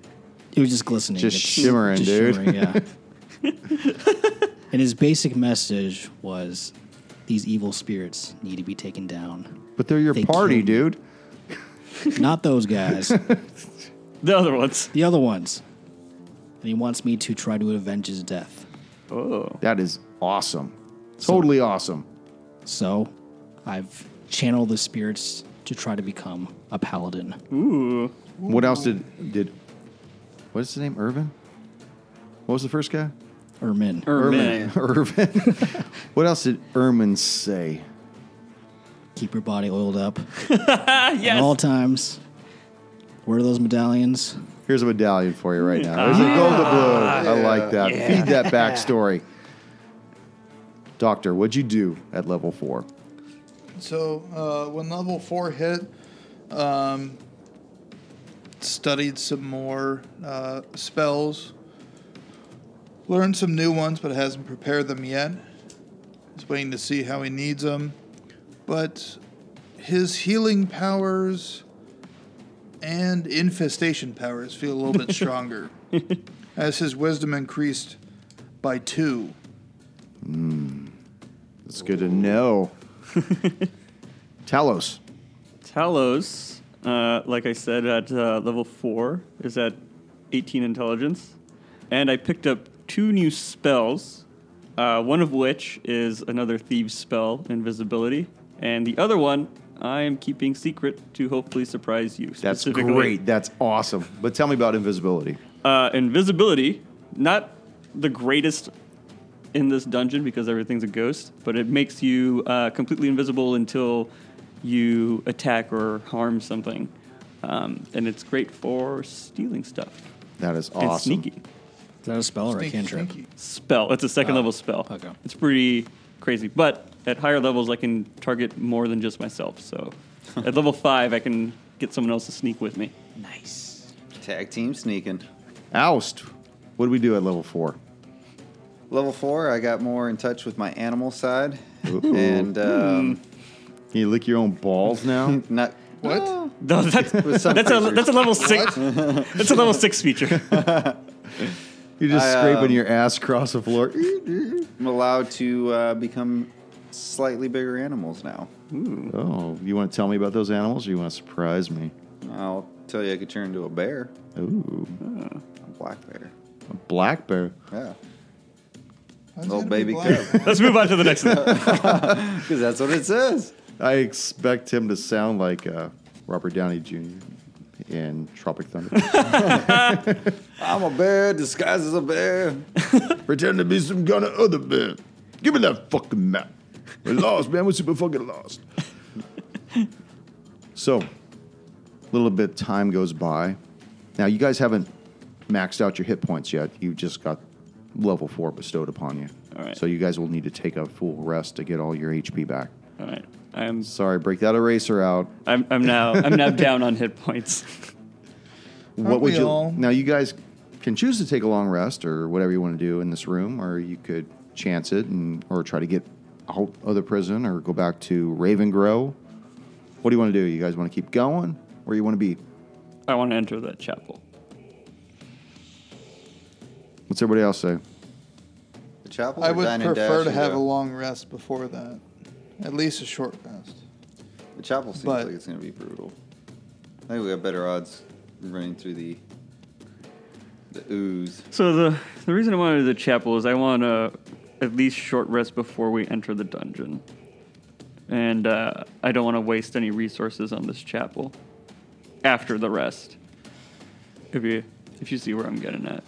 was just glistening, Just shimmering, dude. yeah. and his basic message was: these evil spirits need to be taken down. But they're your They party, dude. Not those guys. The other ones. the other ones. And he wants me to try to avenge his death. Oh. That is awesome. Totally awesome. So I've channeled the spirits to try to become a paladin. Ooh. What else did did what is his name? Irvin? What was the first guy? Ermin. Ermin. Irvin. what else did Ermin say? Keep your body oiled up. Ah, at all yes. times. Where are those medallions? Here's a medallion for you right now. Is it gold or blue? I like that. Feed that backstory. Doctor, what'd you do at level four? So uh, when level four hit, um, studied some more uh, spells, learned some new ones, but hasn't prepared them yet. He's waiting to see how he needs them, but his healing powers and infestation powers feel a little bit stronger, as his wisdom increased by two. It's good to know. Talos, Talos, uh, like I said, at uh, level four is at 18 intelligence, and I picked up two new spells. Uh, one of which is another thieves spell, invisibility, and the other one I am keeping secret to hopefully surprise you. that's specifically. great. That's awesome. But tell me about invisibility. Uh, invisibility, not the greatest in this dungeon because everything's a ghost, but it makes you uh, completely invisible until you attack or harm something. Um, and it's great for stealing stuff That is and awesome. sneaky. Is that a spell or a Sneaky, cantrip? sneaky. Spell. It's a second level spell. okay. It's pretty crazy. But at higher levels, I can target more than just myself. So at level five, I can get someone else to sneak with me. Nice. Tag team sneaking. Oust. What do we do at level four? Level four, I got more in touch with my animal side, and um, Can you lick your own balls now? not What? No. No, that's, that's, some a, creatures. that's a level six. that's a level six feature. You're just I, scraping um, your ass across the floor. I'm allowed to uh, become slightly bigger animals now. oh, you want to tell me about those animals or you want to surprise me? I'll tell you, I could turn into a bear, Ooh, a black bear. a black bear. Yeah, Why does it Little gotta be baby black? cub. Let's move on to the next one. because that's what it says. I expect him to sound like uh, Robert Downey Jr. in Tropic Thunder. I'm a bear disguised as a bear. Pretend to be some kind of other bear. Give me that fucking map. We're lost, man. We're super fucking lost. so, a little bit of time goes by. Now, you guys haven't maxed out your hit points yet. You just got level four bestowed upon you. All right. So, you guys will need to take a full rest to get all your HP back. All right, I'm Sorry, break that eraser out. I'm, I'm now I'm now down on hit points. what would we you all? now you guys can choose to take a long rest or whatever you want to do in this room or you could chance it and or try to get out of the prison or go back to raven grow what do you want to do you guys want to keep going where you want to be I want to enter that chapel. what's everybody else say The chapel. I or would dine and prefer dash to you have go? a long rest before that, at least a short rest. The chapel seems but- like it's going to be brutal. I think we got better odds running through the the ooze. So the the reason I wanted the chapel is I want to at least short rest before we enter the dungeon, and uh, I don't want to waste any resources on this chapel after the rest. If you if you see where I'm getting at,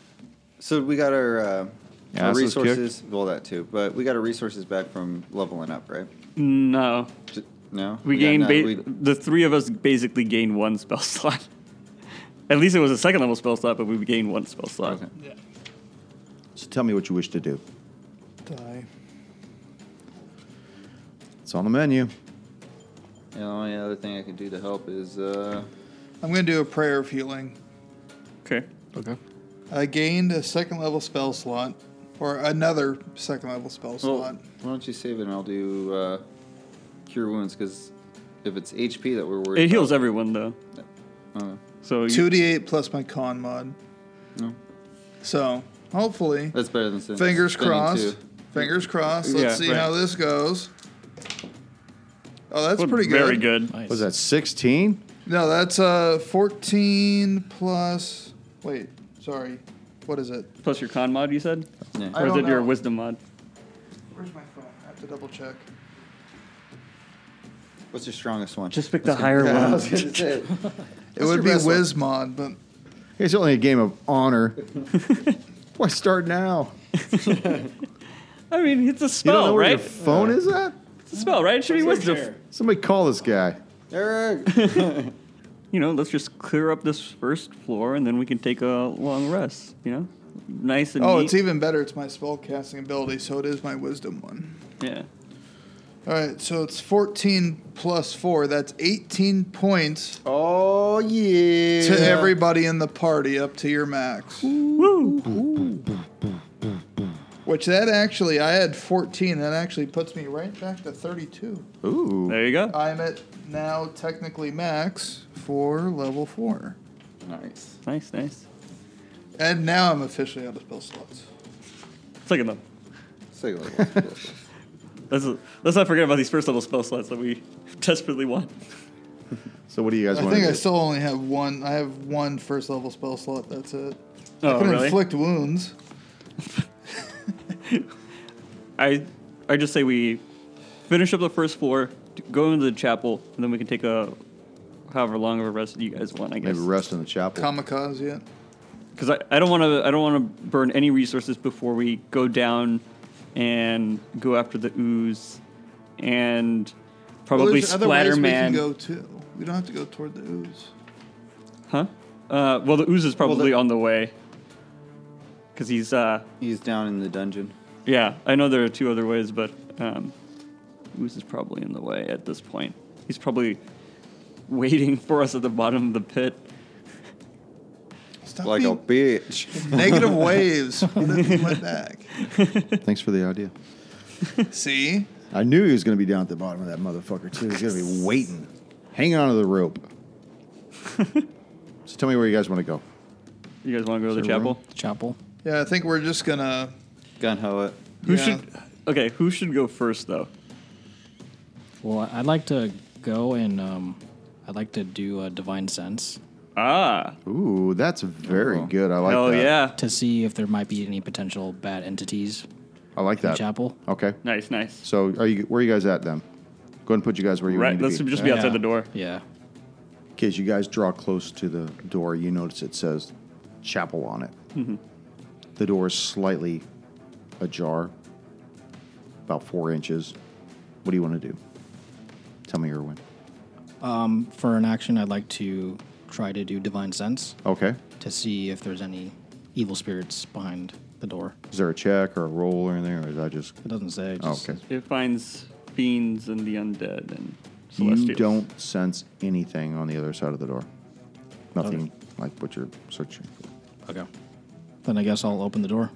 So we got our, uh, Yeah, our this is kicked. resources. Well, that too, but we got our resources back from leveling up, right? no, J- No, we got gained none. ba- We- the three of us basically gained one spell slot. at least it was a second level spell slot, but we gained one spell slot. Okay. So tell me what you wish to do. Die. It's on the menu. And the only other thing I can do to help is uh, I'm going to do a prayer of healing. Okay. Okay. I gained a second level spell slot, or another second level spell well, slot. why don't you save it and I'll do uh, cure wounds because if it's HP that we're worried It heals about, everyone though. uh, So you, 2d8 plus my con mod. No. So, hopefully, that's better than sin- fingers spending crossed. two. Fingers crossed. Let's Yeah, see right. how this goes. Oh, that's well, pretty good. Very good. Nice. Was that 16? No, that's uh 14 plus. Wait, sorry. What is it? Plus your con mod, you said, Yeah. I or is don't it your know. wisdom mod? Where's my phone? I have to double check. What's your strongest one? Just pick the higher Yeah, I one. was gonna say. It would be Wiz mod, but It's only a game of honor. Why start now? I mean, You don't it's a know spell, where your Oh, right? phone is at? It's a spell, right? It should be wisdom. Somebody call this guy. Eric. You know, let's just clear up this first floor, and then we can take a long rest. You know, nice and oh, neat. it's even better. It's my spell casting ability, so it is my wisdom one. yeah. All right, so it's 14 plus 4. That's 18 points Oh yeah. to everybody in the party up to your max. Woo! Which that actually, I had 14. That actually puts me right back to 32. Ooh. There you go. I'm at now technically max for level 4. Nice. Nice, nice. And now I'm officially out of spell slots. It's like a Say level. Let's, let's not forget about these first level spell slots that we desperately want. So what do you guys I want to think do? I still only have one. I have one first level spell slot. That's it. I Oh, can really? inflict wounds. I I just say we finish up the first floor, d- go into the chapel, and then we can take a however long of a rest you guys want. I guess Maybe rest in the chapel. Kamikaze yet. because I, I don't want to I don't want to burn any resources before we go down and go after the ooze and Well, probably there's other ways splatter we can man. go too. We don't have to go toward the ooze. Huh? Uh, well, the ooze is probably the- on the way because he's uh, He's down in the dungeon. yeah. I know there are two other ways, but um, ooze is probably in the way at this point. He's probably waiting for us at the bottom of the pit. Stop Like a being bitch. negative waves. Went back. Thanks for the idea. See, I knew he was going to be down at the bottom of that motherfucker, too. He's going to be waiting, hanging onto the rope. so tell me where you guys want to go. You guys want to go to the there room? chapel? Chapel. yeah, I think we're just gonna. Gun ho it. Who Yeah. should? Okay, who should go first though? Well, I- I'd like to go and um, I'd like to do a divine sense Ah, Ooh, that's very good. I like oh that. yeah, to see if there might be any potential bad entities I like in the that. chapel. Okay. nice, nice. So are you? where are you guys at then? Go ahead and put you guys where you Right, need to let's be. just be outside Yeah. the door. Yeah. In case you guys draw close to the door, you notice it says chapel on it. Mm-hmm. The door is slightly ajar, about four inches. What do you want to do? Tell me, Erwin. For an action, I'd like to try to do divine sense Okay. to see if there's any evil spirits behind the door. Is there a check or a roll or anything, or is that just? It doesn't say. it Oh, Just okay. It finds fiends and the undead and celestials. You don't sense anything on the other side of the door. Nothing like what you're searching for. Okay. Then I guess I'll open the door.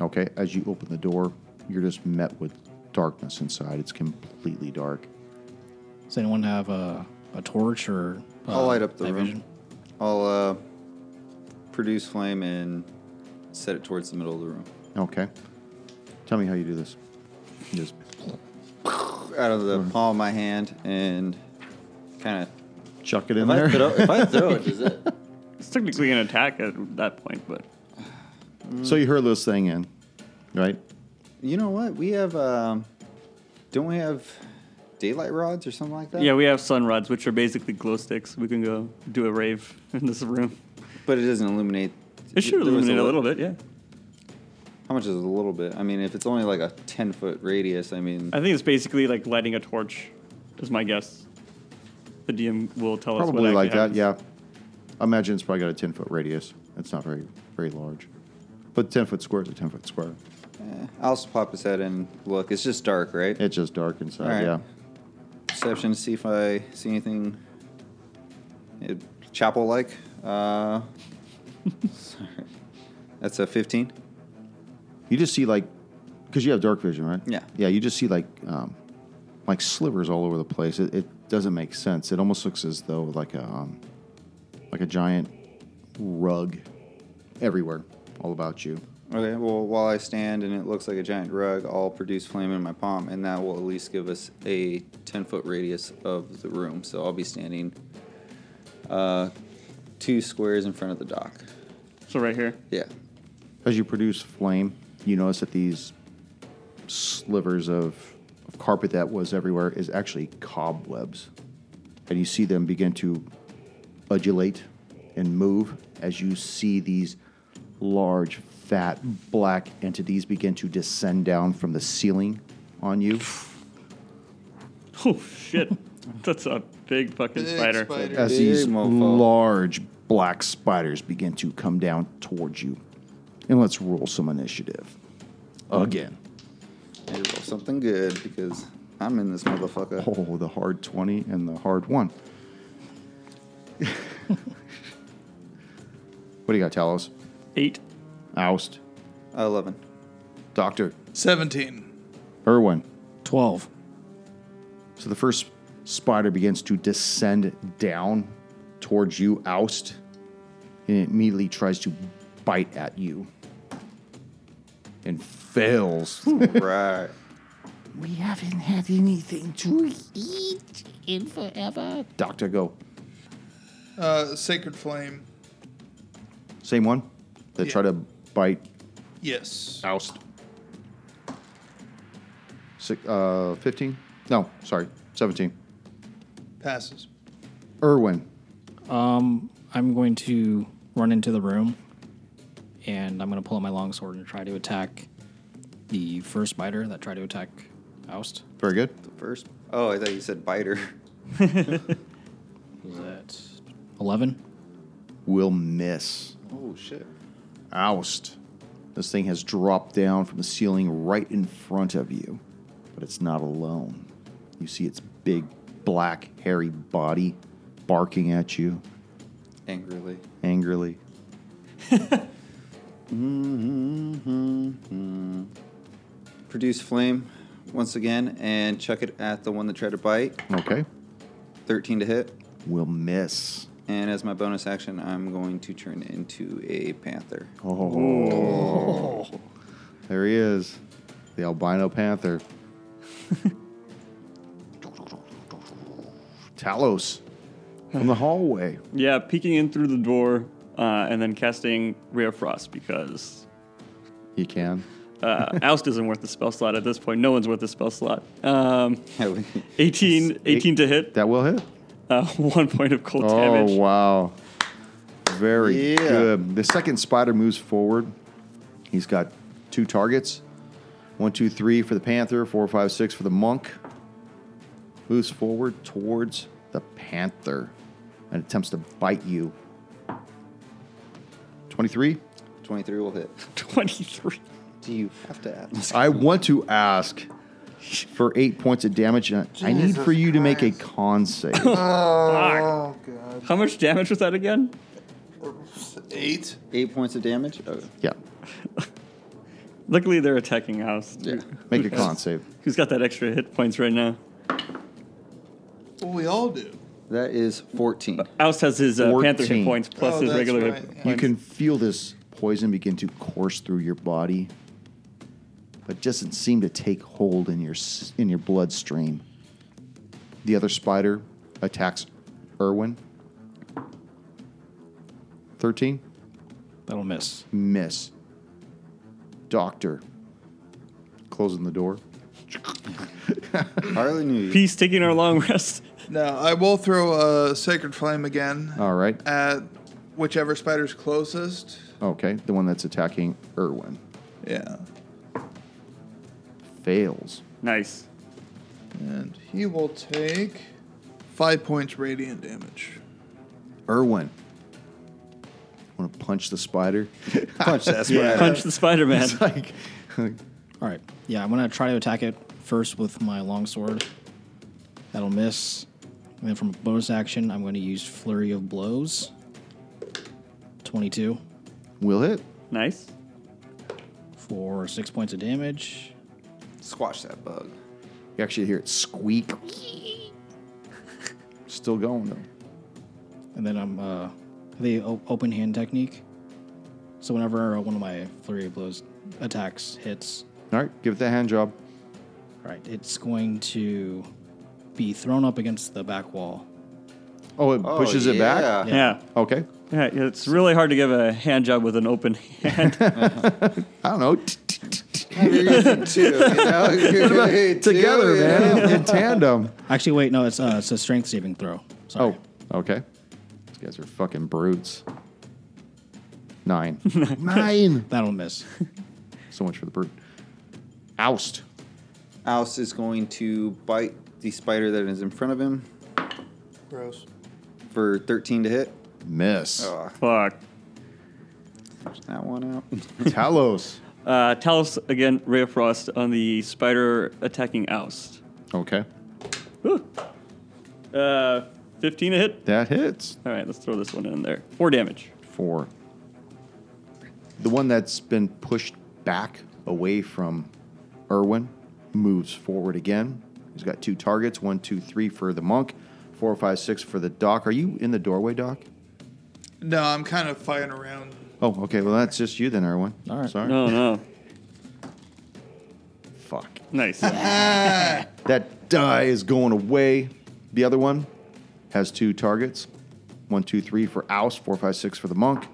Okay, as you open the door, you're just met with darkness inside. It's completely dark. Does anyone have a, a torch or? uh, I'll light up the night room. vision? I'll uh, produce flame and set it towards the middle of the room. Okay. Tell me how you do this. You just Out of the palm of my hand and kind of. chuck it in If I there. throw, if I throw it, does it? It's technically an attack at that point, but So you heard this thing in, right? You know what? We have. Um, don't we have daylight rods or something like that? Yeah, we have sun rods, which are basically glow sticks. We can go do a rave in this room. But it doesn't illuminate. It should there was illuminate a li- little bit, yeah. How much is a little bit? I mean, if it's only like a ten foot radius, I mean, I think it's basically like lighting a torch, is my guess. The DM will tell us. Probably what like that, actually yeah. I imagine it's probably got a 10 foot radius. It's not very, very large. But 10 foot square is a 10 foot square. I'll just pop his head and look. It's just dark, right? It's just dark inside, All right. yeah. Perception to see if I see anything chapel like. Uh, sorry. That's a 15. You just see like, because you have dark vision, right? Yeah. Yeah, you just see like, um, like slivers all over the place. It, it doesn't make sense. It almost looks as though like a, um, like a giant rug everywhere, all about you. Okay, well, while I stand and it looks like a giant rug, I'll produce flame in my palm, and that will at least give us a 10 foot radius of the room. So I'll be standing uh, two squares in front of the dock. happens. So right here. Yeah. As you produce flame, you notice that these slivers of, of carpet that was everywhere is actually cobwebs. And you see them begin to undulate and move as you see these large, fat, black entities begin to descend down from the ceiling on you. Oh shit! That's a big fucking Big spider. spider. As Big these mofo. large, black spiders begin to come down towards you. And let's roll some initiative. Again. I roll something good because I'm in this motherfucker. Oh, the hard 20 and the hard one. what do you got, Talos? Eight. Oust. 11. Doctor. 17. Irwin. 12. So the first spider begins to descend down towards you, Oust, and it immediately tries to bite at you and fails. right. We haven't had anything to eat in forever. Doctor, go. Uh, Sacred Flame. Same one. They Yeah. try to bite Yes. Oust. Six, uh, 15? No, sorry, 17. Passes. Irwin. I'm going to run into the room and I'm going to pull out my longsword and try to attack the first spider that tried to attack Oust. Very good. The first. Oh, I thought you said biter. Was that 11? Will miss. Oh, shit. Oust. This thing has dropped down from the ceiling right in front of you, but it's not alone. You see its big, black, hairy body barking at you Angrily. angrily. Produce flame once again and chuck it at the one that tried to bite. Okay. 13 to hit. Will miss. And as my bonus action, I'm going to turn into a panther. There he is, the albino panther. Talos from the hallway. Yeah, peeking in through the door uh, and then casting Rare Frost because You can. uh, Oust isn't worth the spell slot at this point. No one's worth the spell slot. Um, Yeah, we- 18, 18 to hit, That will hit. uh, one point of cold Oh, damage. wow. Very Yeah. good. The second spider moves forward. He's got two targets one, two, three for the panther, four, five, six for the monk. Moves forward towards the panther and attempts to bite you. 23. 23 will hit. 23. Do you have to add? I want to ask for eight points of damage. And I need for you to make a con save. Oh, God. How much damage was that again? Eight. Eight points of damage? Oh, yeah. Luckily, they're attacking Oust. yeah. Make a con save. Who's got that extra hit points right now? Well, we all do. That is 14. Oust has his uh, panther hit 14. points plus Oh, his that's regular right, hit yeah. points. You can feel this poison begin to course through your body, but doesn't seem to take hold in your s- in your bloodstream. The other spider attacks Erwin. Thirteen That'll miss. miss. Doctor. Closing the door. Harley knew you. Peace taking our long rest. No, I will throw a sacred flame again Oh. All right. at whichever spider's closest. Okay. The one that's attacking Irwin Yeah. fails. Nice. And he will take five points radiant damage. Irwin. Want to punch the spider? Punch that spider. Punch the Spider Man. it's like, All right. Yeah, I'm gonna try to attack it first with my longsword. That'll miss. And then from a bonus action, I'm going to use flurry of blows. Twenty-two will hit. Nice. for six points of damage. Squash that bug. You actually hear it squeak. Still going though. And then I'm uh, the o- open hand technique. So whenever uh, one of my flurry of blows attacks hits, All right, give it the hand job. all right, it's going to be thrown up against the back wall. Oh, it Oh, pushes it yeah. back. Yeah. Okay. yeah. yeah, It's really hard to give a hand job with an open hand. I don't know. Two, you know? Together, man, in tandem. Actually, wait, no, it's uh, it's a strength saving throw. Sorry. Oh, okay. These guys are fucking brutes. Nine. Nine. that'll miss. So much for the brute. Oust. Oust is going to bite the spider that is in front of him Gross. for 13 to hit. Miss. Oh, Fuck. that one out. Talos. Uh, tell us again, Ray of Frost, on the spider attacking Oust. Okay. Whew. Uh, 15 a hit. That hits. All right, let's throw this one in there. Four damage. Four. The one that's been pushed back away from Irwin moves forward again. He's got two targets one, two, three for the monk, four, five, six for the doc. Are you in the doorway, doc? No, I'm kind of fighting around. Oh, okay. Well, that's just you then, Irwin. All right. Sorry. No, no. Fuck. Nice. Uh, That die is going away. The other one has two targets one, two, three for oust, four, five, six for the monk.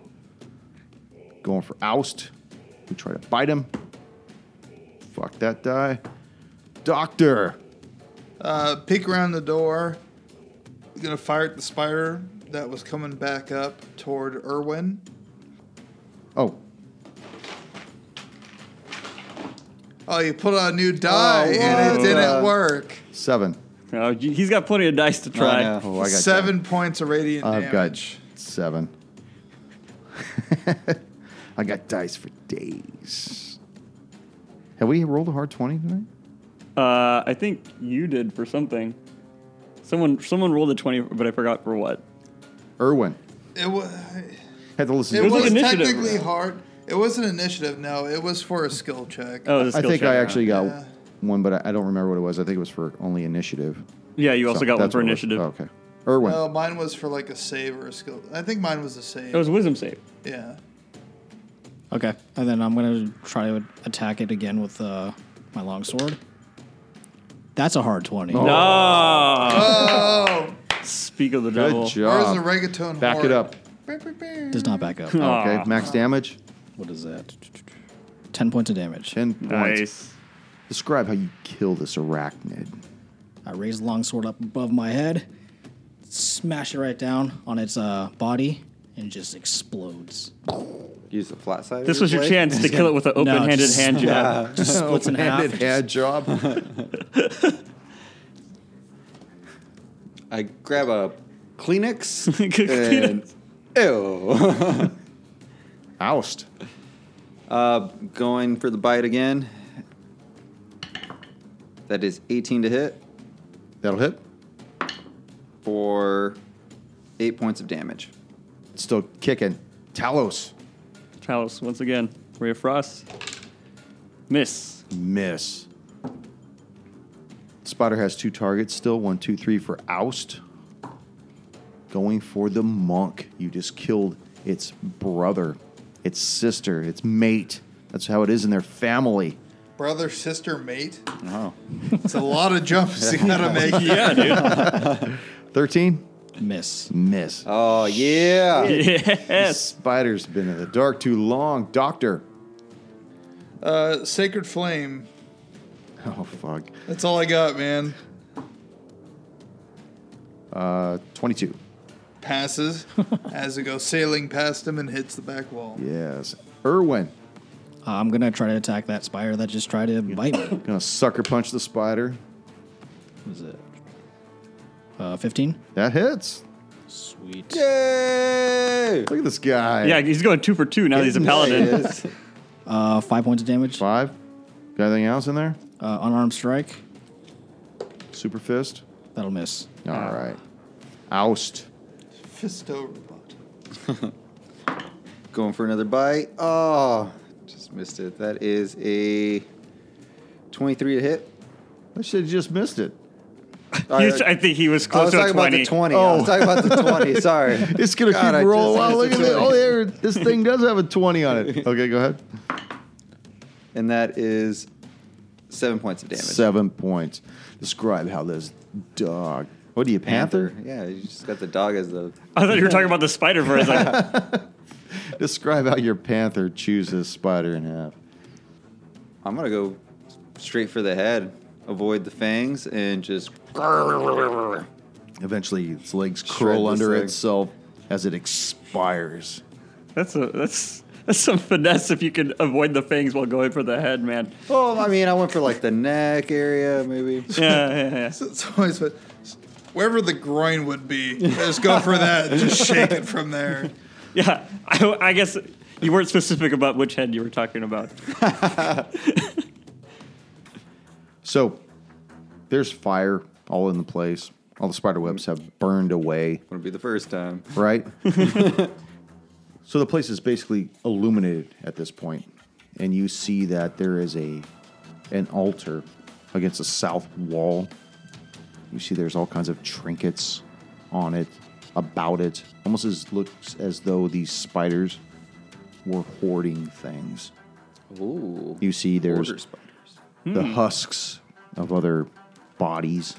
Going for oust. We try to bite him. Fuck that die. Doctor. Uh, peek around the door. Gonna fire at the spider that was coming back up toward Irwin. Oh, Oh, you put on a new die Oh, and it didn't work. seven. Oh, gee, he's got plenty of dice to I try. know. Oh, I got Seven points of radiant I've got damage. seven. I got dice for days. Have we rolled a hard 20 tonight? Uh, I think you did for something. Someone someone rolled a 20, but I forgot for what. Irwin. It was, Had to listen it to was, was like initiative. technically hard. It was an initiative. No, it was for a skill check. Oh, it was a I skill think check. I actually got Yeah. one, but I, I don't remember what it was. I think it was for only initiative. Yeah, you also So got one that's for what it was. initiative. Oh, okay. Irwin. No, mine was for like a save or a skill. I think mine was a save. It was a wisdom save. yeah. Okay, and then I'm gonna try to attack it again with uh, my longsword. That's a hard twenty. Oh. Oh, Oh, speak of the devil. Good where's job. the reggaeton? Back horde? it up. Does not back up. Okay. Aw. Max damage, What is that? Ten points of damage. 10 points. Nice. Describe how you kill this arachnid. I raise the longsword up above my head, smash it right down on its uh, body, and it just explodes. Use the flat side. of This your was your blade. chance to kill it with an No, open-handed just- hand job. Just splits in half. Handed hand job. I grab a Kleenex. Kleenex. and- Ew. Oust. Uh, going for the bite again. That is 18 to hit That'll hit. for eight points of damage. Still kicking. Talos. Talos, once again, Ray of Frost. Miss. Miss. Spider has two targets still. One, two, three for oust. Going for the monk. You just killed its brother, its sister, its mate. That's how it is in their family. Brother, sister, mate. Oh. It's a lot of jumps you gotta make. Yeah, dude. 13. Miss. Miss. Oh, yeah. yes. Spider's been in the dark too long. Doctor. Uh, Sacred Flame. Oh, fuck. That's all I got, man. Uh, 22. Passes as it goes sailing past him and hits the back wall. Yes. Irwin. Uh, I'm gonna try to attack that spider that just tried to bite me. Gonna sucker punch the spider. What is it? Uh, 15. That hits. Sweet. Yay! Look at this guy. Yeah, he's going two for two now that he's a paladin. Yes. Uh, five points of damage. Uh, Five. Got anything else in there? unarmed strike. Super fist. That'll miss. All right. Oust. Fisto robot. Going for another bite. Oh, just missed it. That is a 23 to hit. I should have just missed it. All You- right. I think he was I was close to a talking about the 20. 20. I was talking about the 20. Sorry. It's gonna God, I keep just rolling. Wow, missed look the at that. 20. Oh, there. This thing does have a 20 on it. Okay, go ahead. And that is seven points of damage. Seven points. Describe how this dog. What are you, Panther? Yeah, you just got the dog as the. I thought you were talking about the spider for a second. Describe how your Panther chews this spider in half. I'm going to go straight for the head, avoid the fangs, and just. Eventually, its legs Shred curl this under thing. itself as it expires. That's a that's that's some finesse if you can avoid the fangs while going for the head, man. Well, I mean, I went for like the neck area, maybe. Yeah, yeah, yeah. So it's always been, wherever the groin would be, just go for that. just shake it from there. Yeah, I, I guess you weren't specific about which head you were talking about. So there's fire all in the place. All the spider webs have burned away, Wouldn't be the first time. right? so the place is basically illuminated at this point, and you see that there is a an altar against the south wall. You see there's all kinds of trinkets on it, about it. Almost as looks as though these spiders were hoarding things. Ooh. You see there's Order spiders. the husks of other bodies,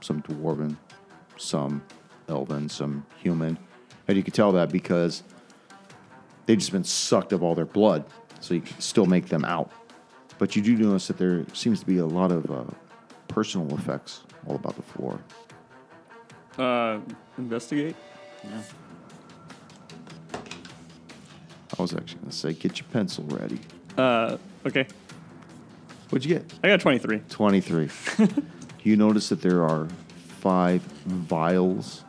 some dwarven, some elven, some human. And you can tell that because they've just been sucked of all their blood, so you can still make them out. But you do notice that there seems to be a lot of uh, personal effects all about the floor. Uh, investigate. I was actually going to say, get your pencil ready. Uh, okay. What'd you get? I got 23. 23. you notice that there are five vials,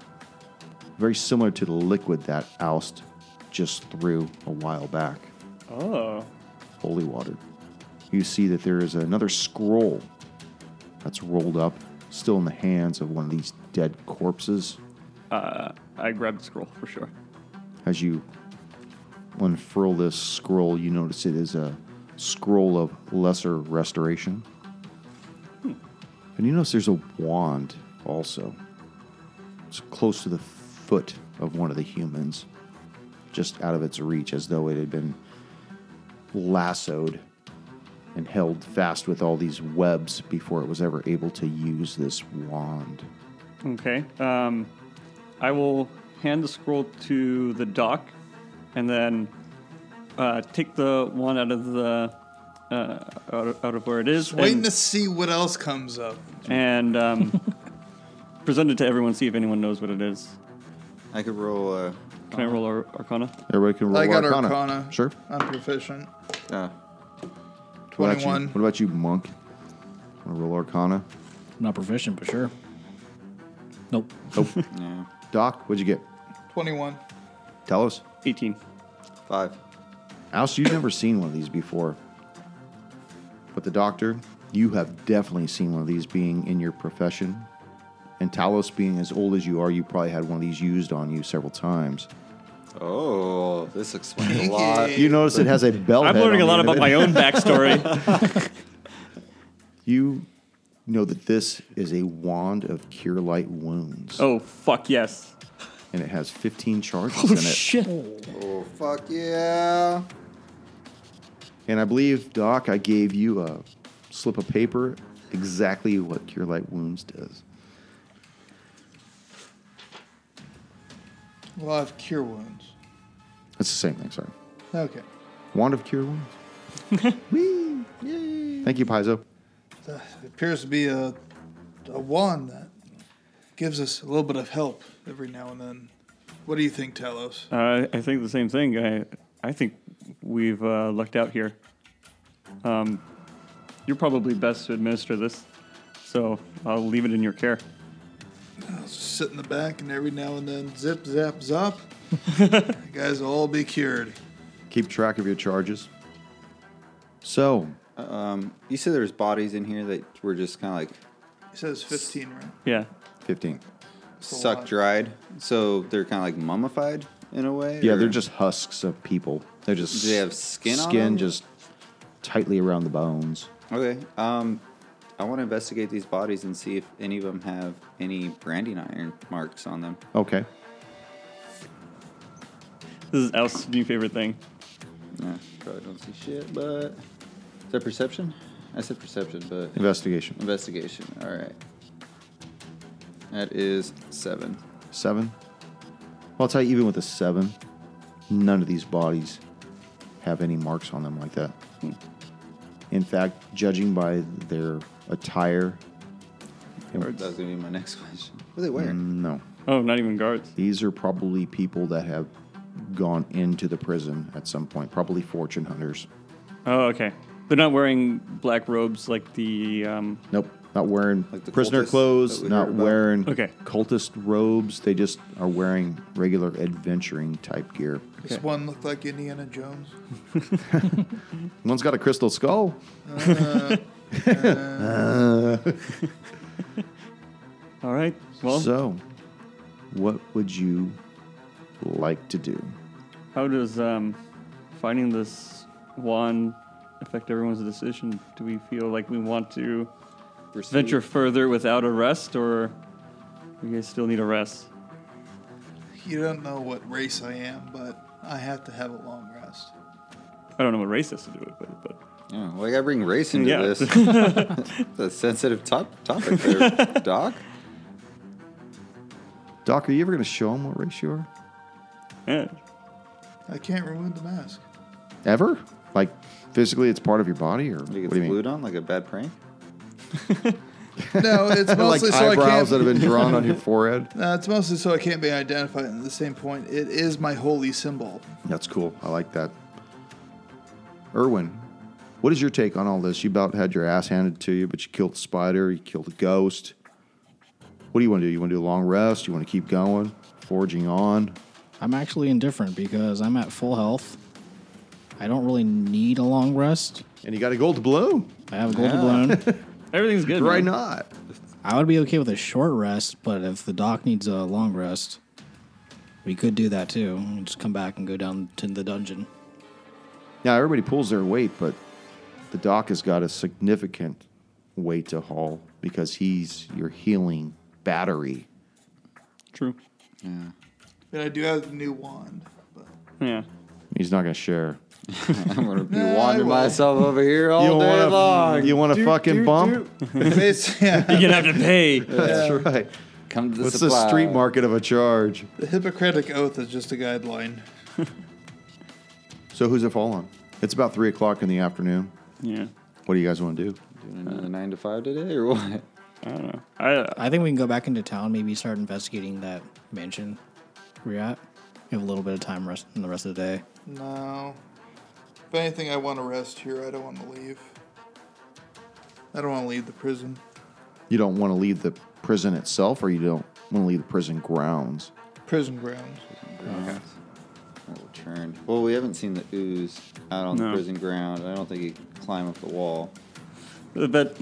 very similar to the liquid that Oust just threw a while back, Oh. holy water. You see that there is another scroll that's rolled up, still in the hands of one of these dead corpses. I grabbed the scroll for sure. As you unfurl this scroll, you notice it is a scroll of lesser restoration. And you notice there's a wand also. It's close to the foot of one of the humans, just out of its reach, as though it had been lassoed and held fast with all these webs before it was ever able to use this wand. Okay. Um, I will hand the scroll to the doc, and then uh, take the one out of the uh, out, of, out of where it is, Waiting to and, see what else comes up. and um, present it to everyone. See if anyone knows what it is. I could roll a. Can I roll Ar- Arcana? Everybody can roll I got Arcana. Arcana. Sure. I'm proficient. Uh, What about you- 21. What about you, monk? Want to roll Arcana? Not proficient, but sure. Nope. yeah. Doc, what'd you get? 21. Tell us. 18. Five. Alice, you've never seen one of these before. But the doctor, you have definitely seen one of these being in your profession. And Talos, being as old as you are, you probably had one of these used on you several times. Oh, this explains a lot. You notice it has a belt. I'm head learning a on the end of lot about it. my own backstory. You know that this is a wand of cure light wounds, oh fuck yes. and it has 15 charges in it. Oh, fuck yeah. And I believe, Doc, I gave you a slip of paper exactly what Cure Light Wounds does. Well, I have cure wounds. It's the same thing, sorry. Okay. Wand of Cure Wounds. Whee! Thank you, Paizo. It appears to be a, a wand that gives us a little bit of help every now and then. What do you think, Talos? Uh, I think the same thing. I, I think we've uh, lucked out here. Um, you're probably best to administer this, so I'll leave it in your care. I'll just sit in the back and every now and then zip, zap, zop. you guys will all be cured. Keep track of your charges. So, Um, you said there's bodies in here that were just kind of like He says 15, right? Yeah. 15. a sucked lot. dried, so they're kind of like mummified in a way. Yeah, or- they're just husks of people. They're just Do they have skin on skin them? just tightly around the bones. okay. Um, I want to investigate these bodies and see if any of them have any branding iron marks on them. Okay. This is Else's new favorite thing. Nah, probably don't see shit, but is that perception? I said perception, but Investigation. investigation. All right. That is seven. Seven. Well, I'll tell you, even with a seven, none of these bodies have any marks on them like that. In fact, judging by their attire, That was gonna be my next question. What are they wearing? no. Oh, not even guards. These are probably people that have gone into the prison at some point, probably fortune hunters. Oh, okay. They're not wearing black robes like the. Um, Nope, not wearing Like the prisoner cultists clothes, that we not heard about? wearing Okay. cultist robes. They just are wearing regular adventuring type gear. Does one look like Indiana Jones? One's got a crystal skull. all right. Well, so, what would you like to do? how does um, finding this wand affect everyone's decision? Do we feel like we want to Pursue- venture further without a rest, or you guys still need a rest? You don't know what race I am, but I have to have a long rest. I don't know what race has to do with it, but Yeah, why I gotta bring race into Yeah. this? it's a sensitive top topic there, Doc. Doc, are you ever going to show them what race you are? yeah. I can't remove the mask. Ever? Like, physically, it's part of your body, or what do I think you it's mean? glued on like a bad prank. No, it's Like mostly so I eyebrows can't. that have been drawn on your forehead. no, it's mostly so I can't be identified. And at the same point, it is my holy symbol. That's cool. I like that. Erwin, what is your take on all this? You about had your ass handed to you, but you killed the spider, you killed a ghost. What do you want to do? You want to do a long rest? You want to keep going, forging on? I'm actually indifferent because I'm at full health. I don't really need a long rest. And you got a gold balloon. I have a gold balloon. everything's good. Why Right now, not? I would be okay with a short rest, but if the doc needs a long rest, we could do that too. and Just come back and go down to the dungeon. Now everybody pulls their weight, but the doc has got a significant weight to haul because he's your healing battery. True. And I do have the new wand. But Yeah. He's not gonna share. I'm gonna be No, I wandering will. myself over here all don't day wanna- long. You want to fucking bump? it's, yeah, You're gonna have to pay. That's right. Come to the What's supply. the street market of a charge? the Hippocratic Oath is just a guideline. So who's it fall on? It's about three o'clock in the afternoon. yeah. What do you guys want to do? Doing another Uh, nine to five today or what? I don't know. I, uh, I think we can go back into town, maybe start investigating that mansion we're at. We have a little bit of time rest in the rest of the day. No. If anything, I want to rest here. I don't want to leave. I don't want to leave the prison. You don't want to leave the prison itself, or you don't want to leave the prison grounds. Prison grounds. Little churn. Oh, Well, we haven't seen the ooze out on the No. prison ground. I don't think he could climb up the wall. but I don't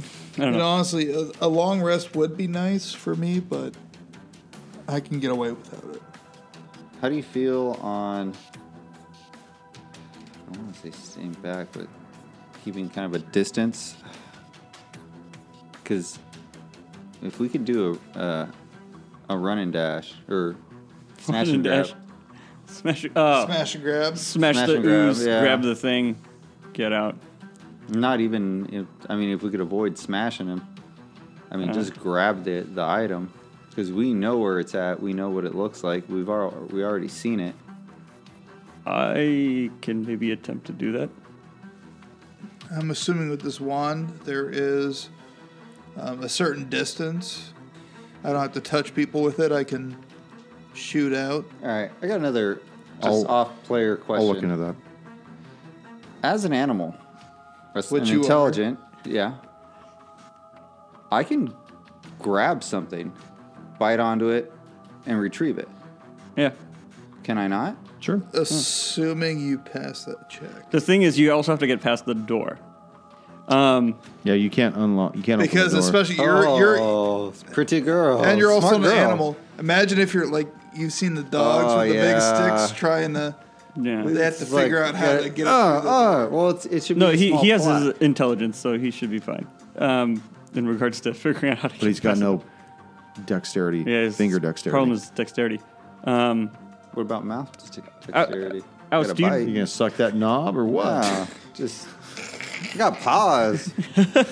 And know. honestly, a, a long rest would be nice for me, but I can get away without it. How do you feel on? I don't want to say staying back, but keeping kind of a distance. Because if we could do a uh, a run and dash or Run snatch and and grab, dash. Smash. Uh, smash, Smash and grab. Smash the and grab, ooze. yeah. Grab the thing. Get out. not even. If, I mean, if we could avoid smashing him, I mean, Uh. just grab the the item because we know where it's at. We know what it looks like. We've al- we already seen it. I can maybe attempt to do that. I'm assuming with this wand, there is um, a certain distance. I don't have to touch people with it. I can shoot out. All right, I got another just I'll- off player question. I'll look into that. As an animal, as Which an you are. intelligent, yeah, I can grab something, bite onto it, and retrieve it. Yeah. Can I not? Sure. Assuming you pass that check. The thing is, you also have to get past the door. Um, Yeah, you can't unlock. You can't Because open the door. especially you're you're oh, pretty girl, and you're also smart an girl. animal. Imagine if you're like you've seen the dogs Oh, with the yeah. big sticks trying to yeah. they have to It's figure like, out how yeah, to get uh, up through the uh, well, it's, it should No, be. a he, small he has plot. his intelligence, so he should be fine. Um, in regards to figuring out how to. But he's got no dexterity. yeah, his finger dexterity. Problem is dexterity. Um, What about mouth dex- Al- dexterity? Al, Got a do you- you bite. gonna suck that knob or what? Wow, just I got paws. Uh,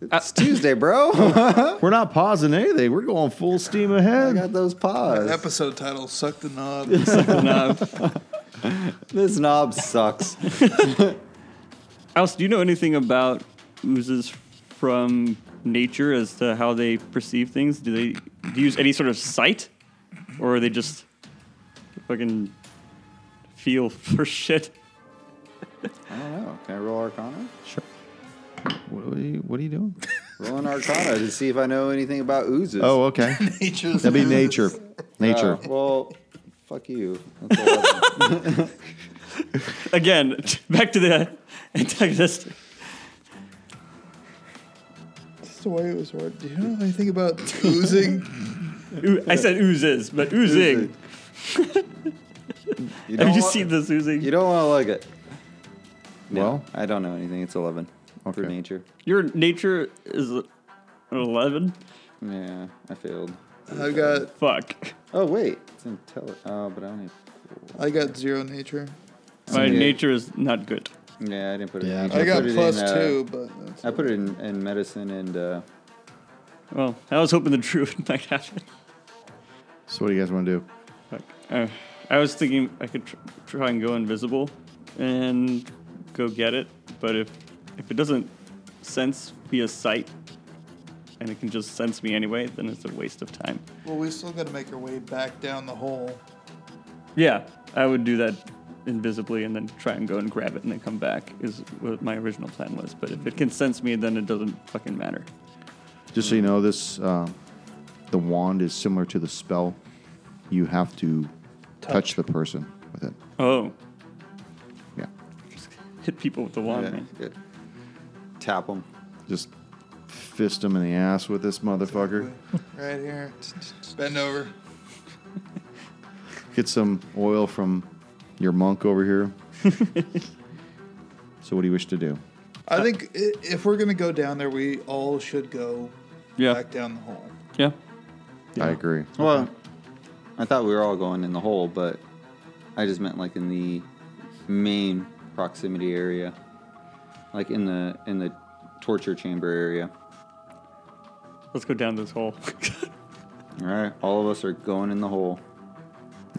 it's Tuesday, bro. I We're not pausing anything. We're going full steam ahead. got those paws. Episode title Suck the Knob. no. This knob sucks. Alice, do you know anything about oozes from nature as to how they perceive things? Do they do you use any sort of sight, or are they just fucking feel for shit? I don't know. Can I roll Arcana? What are you, what are you doing? Roll an Arcana to see if I know anything about oozes. Oh, okay. Nature's That'd be Moon. nature. Nature. Oh, well, fuck you. That's eleven. Again, back to the antagonist. That's the way it was worded. Do you know anything about oozing? Oo- I said oozes, but oozing. you Have don't you wa- seen this oozing? You don't want to like it. No, Well. I don't know anything. It's eleven for Okay. nature. Your nature is an eleven. Yeah, I failed. I got Fuck. Oh wait, it's intelli. Oh, but I don't. I got zero nature. My Yeah. nature is not good. Even, yeah, I didn't put it. Yeah, in I nature. I got put it plus in, uh, two, but that's I put it in, in medicine and uh, Well, I was hoping the druid might happen. So what do you guys want to do? Fuck. Uh, I was thinking I could tr- try and go invisible and go get it, but if if it doesn't sense via sight and it can just sense me anyway, then it's a waste of time. Well, we still got to make our way back down the hole. Yeah, I would do that invisibly and then try and go and grab it and then come back is what my original plan was. But if it can sense me, then it doesn't fucking matter. Just so you know, this uh, the wand is similar to the spell. You have to touch, the person with it. Oh, Yeah, hit people with the wand, man. yeah, it- tap them. just fist him in the ass with this motherfucker. Right here. Bend over. Get some oil from your monk over here. so what do you wish to do? I think i- if we're going to go down there, we all should go Yeah, back down the hole. yeah. I agree. Well, I thought we were all going in the hole, but I just meant like in the main proximity area, like in the in the torture chamber area. Let's go down this hole. All right, all of us are going in the hole.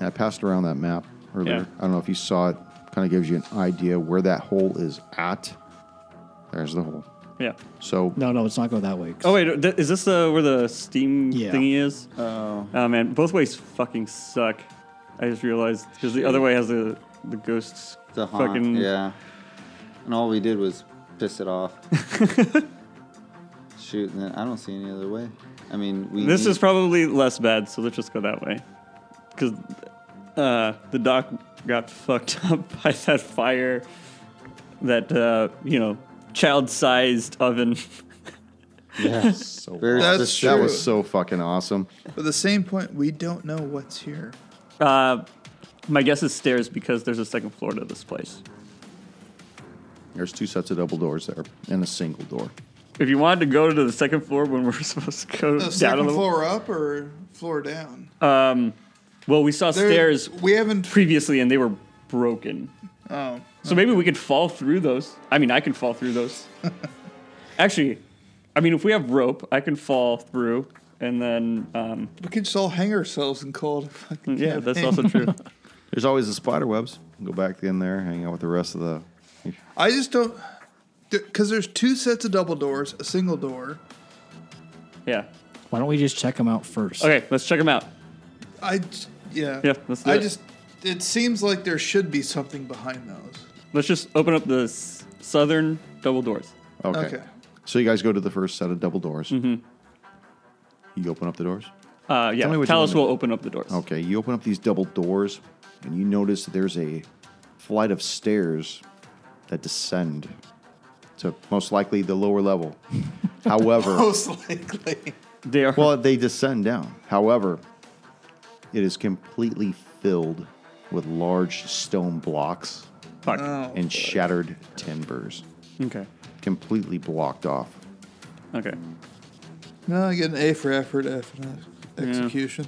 I passed around that map earlier. Yeah. I don't know if you saw it. Kind of gives you an idea where that hole is at. There's the hole. yeah. So No, no, let's not go that way. Oh wait, th- is this uh, where the steam Yeah. thingy is? Oh, Oh man, both ways fucking suck. I just realized because the other way has the the ghosts the haunt. fucking Yeah, and all we did was piss it off. Shoot, and I don't see any other way. I mean, we. This need- is probably less bad, so let's just go that way. Because uh, the dock got fucked up by that fire, that uh, you know child-sized oven. yeah, so Very awesome. That's that true. was so fucking awesome. But the same point, we don't know what's here. Uh, my guess is stairs because there's a second floor to this place. There's two sets of double doors there and a single door. If you wanted to go to the second floor when we're supposed to go The down on second the floor up or floor down? Um, well, we saw There- stairs We haven't. previously, and they were broken. oh. So maybe we could fall through those. I mean, I can fall through those. Actually, I mean, if we have rope, I can fall through, and then um, We could just all hang ourselves and call it a fucking yeah, that's campaign. also true. There's always the spider webs. Go back in there, hang out with the rest of the. I just don't. Because there's two sets of double doors, a single door. Yeah. Why don't we just check them out first? Okay, let's check them out. I, j- yeah. Yeah, let's do I it. just, it seems like there should be something behind those. Let's just open up the s- southern double doors. Okay. Okay. So you guys go to the first set of double doors. Mm-hmm. You open up the doors. Uh, yeah, Tell me what you Talos want will open up the doors. Okay, you open up these double doors, and you notice that there's a flight of stairs that descend to most likely the lower level. However, Most likely. They are well, they descend down. However, it is completely filled with large stone blocks fucked. Oh. and shattered timbers, Okay. completely blocked off. Okay. No, I get an A for effort, F for execution.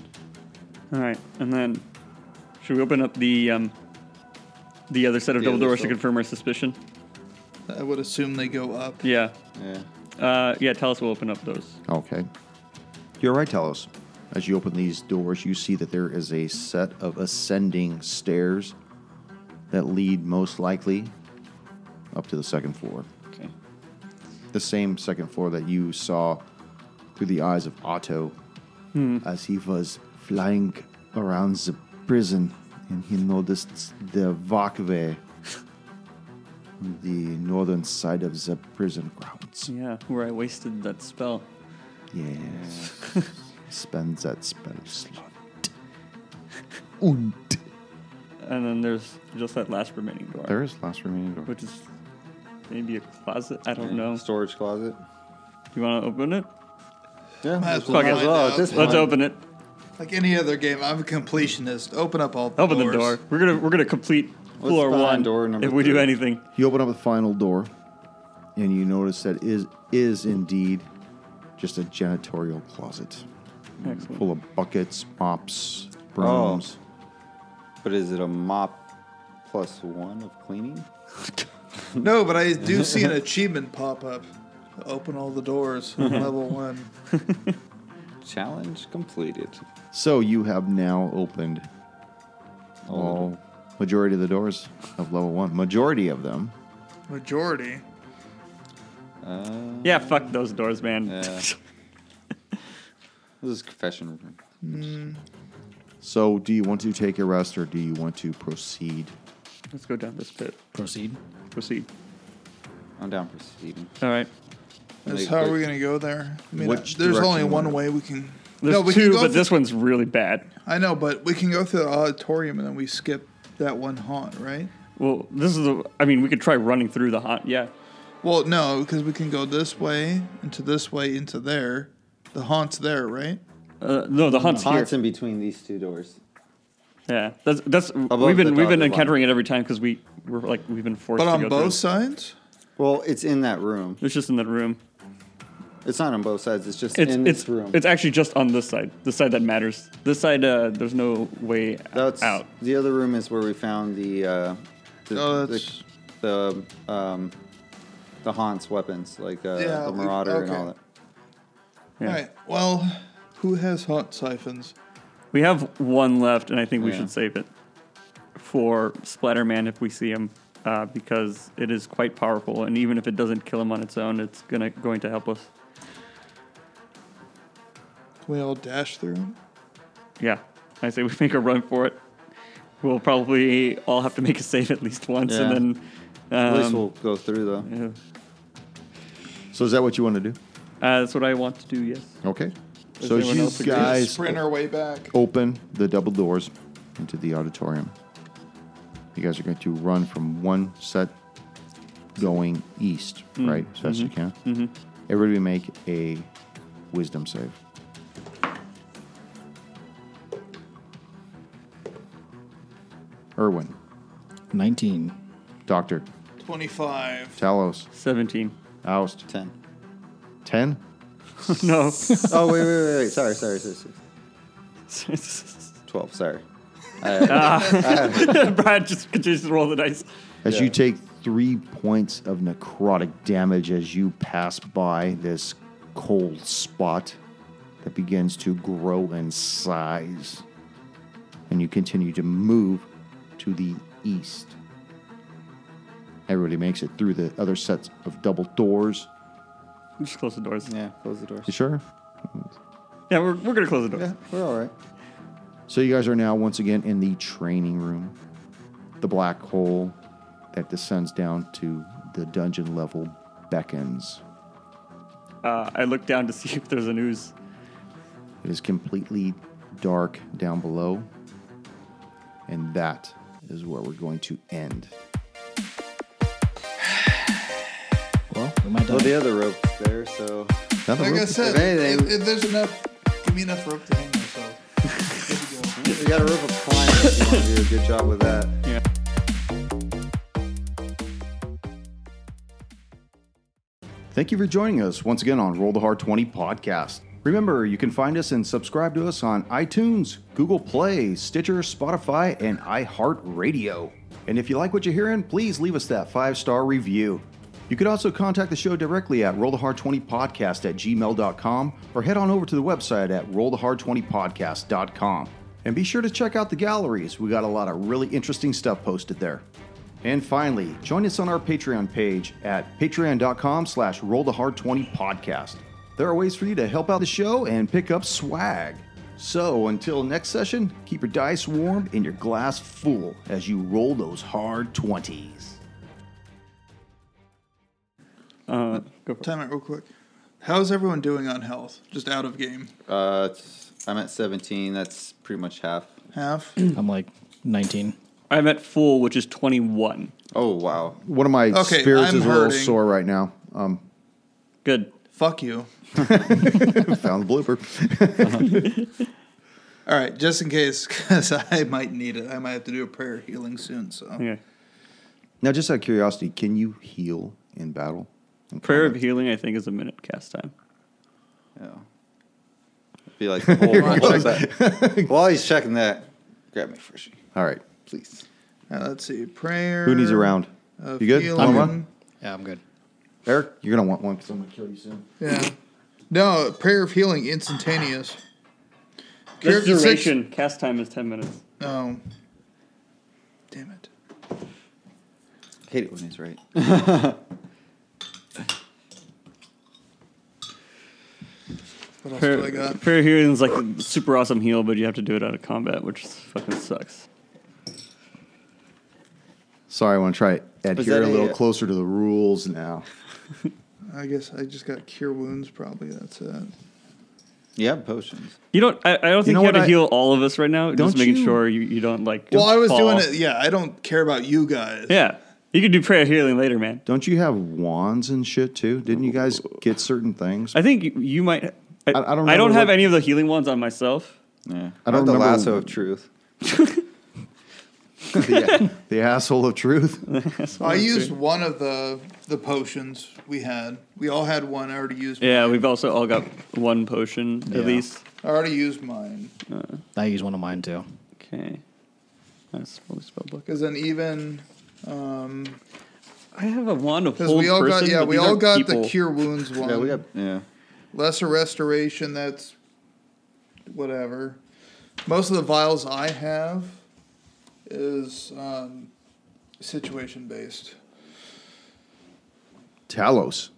All right, and then should we open up the um, the other set of The double other doors to set. confirm our suspicion? I would assume they go up. Yeah. Yeah. Uh, yeah. Talos will open up those. Okay. You're right, Talos. As you open these doors, you see that there is a set of ascending stairs that lead most likely up to the second floor. Okay. The same second floor that you saw through the eyes of Otto as he was flying around the prison and he noticed the walkway on the northern side of the prison grounds. Yeah, where I wasted that spell. Yes. Spend that spell slot. Und. And then there's just that last remaining door, There is last remaining door. which is maybe a closet. I don't know. Do Storage closet. you want to open it? Yeah. Might as let's well look find as well out. at this Let's point. open it. Like any other game, I'm a completionist. Open up all the Open doors. the door. We're gonna we're gonna complete Let's floor find one door number if we do three. anything. You open up the final door, and you notice that is is indeed just a janitorial closet Excellent. full of buckets, mops, brooms. But is it a mop plus one of cleaning? No, but I do see an achievement pop up. Open all the doors. Mhm. on level one. Challenge completed. So you have now opened all majority of the doors of level one. Majority of them. Majority. Uh, Yeah, fuck those doors, man. Yeah. This is confession. So do you want to take a rest or do you want to proceed? Let's go down this pit. Proceed. Proceed. I'm down for proceeding. All right. That's Like, how are we like- gonna go there? I mean, Which there's direction only you one wanna- way we can. There's no, we two, can go but th- this one's really bad. I know, but we can go through the auditorium and then we skip that one haunt, right? Well, this is the. I mean, we could try running through the haunt. Yeah. Well, no, because we can go this way into this way into there. The haunt's there, right? Uh, no, the haunt's here. Haunts in between these two doors. Yeah. That's that's. we've the been we've been dotted line. encountering it every time because we we're like we've been forced. But to on go both Through. sides. Well, it's in that room. It's just in that room. It's not on both sides. It's just It's in it's this room. it's actually just on this side, the side that matters. This side, uh, there's no way That's out. the other room is where we found the uh, the, Oh, the, that's- the um the haunts weapons like uh, Yeah, the we- marauder and okay. all that. Yeah. All right. Well, who has haunt siphons? We have one left, and I think we Yeah. should save it for Splatterman if we see him, uh, because it is quite powerful. And even if it doesn't kill him on its own, it's gonna going to help us. Can we all dash through? 'em? Yeah, I say we make a run for it. We'll probably all have to make a save at least once, Yeah. and then um, At least we'll go through though. yeah. So is that what you want to do? Uh, that's what I want to do. Yes. Okay. Does so anyone you else agree? guys Sprint our way back. open the double doors into the auditorium. You guys are going to run from one set going east, right? As fast as you can. Mm-hmm. Everybody make a wisdom save. Erwin, 19. Doctor, Twenty-five. Talos, Seventeen. Oust. Ten. 10? no. oh wait, wait, wait, wait. Sorry, sorry, sorry, sorry. Twelve. Sorry. Brad just continues to roll the dice. As Yeah. you take three points of necrotic damage as you pass by this cold spot that begins to grow in size, and you continue to move to the east. Everybody makes it through the other sets of double doors. Just close the doors. Yeah, Yeah, close the doors. You sure? we're, we're gonna close the doors. Yeah, we're all right. So you guys are now once again in the training room, the black hole that descends down to the dungeon level beckons. Uh, I look down to see if there's a news. It is completely dark down below, and that is where we're going to end. Well, we might die. Well, Oh, the other rope's there, so Another Like I rope- said, If anything- if, if there's enough, give me enough rope to hang myself. Good to go. we got a rope of climbing. if you want to do a good job with that. Thank you for joining us once again on Roll the Hard 20 podcast. Remember, you can find us and subscribe to us on iTunes, Google Play, Stitcher, Spotify, and iHeartRadio. And if you like what you're hearing, please leave us that five star review. You could also contact the show directly at rollthehard20podcast at gmail.com or head on over to the website at rollthehard20podcast.com. And be sure to check out the galleries. We got a lot of really interesting stuff posted there. And finally, join us on our Patreon page at patreon.com slash rollthehard20podcast. There are ways for you to help out the show and pick up swag. So until next session, keep your dice warm and your glass full as you roll those hard 20s. Uh, go for it. Time out real quick. How's everyone doing on health? Just out of game. Uh, it's- I'm at 17. That's pretty much half. Half? I'm like 19. I'm at full, which is 21. Oh wow. One of my Okay, spirits I'm is a little hurting. sore right now. Um, Good. Fuck you. found the blooper. All right, just in case, because I might need it. I might have to do a prayer healing soon. So Hmm. Okay. now, just out of curiosity, can you heal in battle? Prayer of healing, I think, is a minute cast time. Yeah. I feel like the whole while, check that. while he's checking that, grab me Frishy, All right. please. Uh, let's see. Prayer. Who needs a round? of You good? healing. Wanna run? Yeah, I'm good. Eric, you're going to want one because I'm going to kill you soon. Yeah. No, prayer of healing, instantaneous. This Character six- duration cast time is 10 minutes. No. Oh. Damn it. Hate it when he's right. What else do I Prayer, got? prayer of healing is like a super awesome heal, but you have to do it out of combat, which fucking sucks. Sorry, I want to try it. Adhere that a little a- closer to the rules now. I guess I just got cure wounds. Probably that's it. You have potions. You don't. I, I don't think you, know have what to I- heal all of us right now. Don't just making you- sure you, you don't like. Well, I was fall. doing it. Yeah, I don't care about you guys. Yeah, you can do prayer of healing later, man. Don't you have wands and shit too? Didn't you guys get certain things? I think you, you might. I I, I don't don't. I don't remember have what- any of the healing ones on myself. Yeah. I don't Not the remember- lasso of truth. the, the asshole of truth. I used one of the the potions we had. We all had one. I already used. Yeah, we've also all got one potion Yeah. at least. I already used mine. I use one of mine too. Okay. That's probably spell book. Because then even, um, I have a wand of because whole we all person. got yeah but we these all are got people. the cure wounds one. Yeah, we got. Yeah. lesser restoration. That's whatever. Most of the vials I have is um, situation based. Talos.